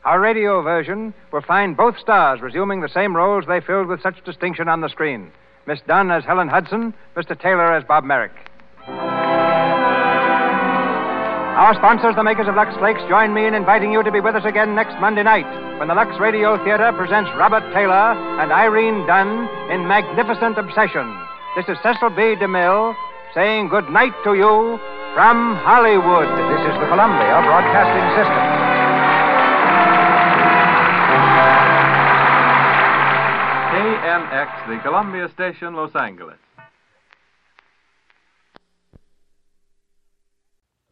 [SPEAKER 3] Our radio version will find both stars resuming the same roles they filled with such distinction on the screen. Miss Dunn as Helen Hudson, Mr. Taylor as Bob Merrick. Our sponsors, the makers of Lux Flakes, join me in inviting you to be with us again next Monday night when the Lux Radio Theater presents Robert Taylor and Irene Dunn in Magnificent Obsession. This is Cecil B. DeMille saying good night to you
[SPEAKER 31] From Hollywood, this is the Columbia Broadcasting System.
[SPEAKER 3] KNX, the Columbia Station, Los Angeles.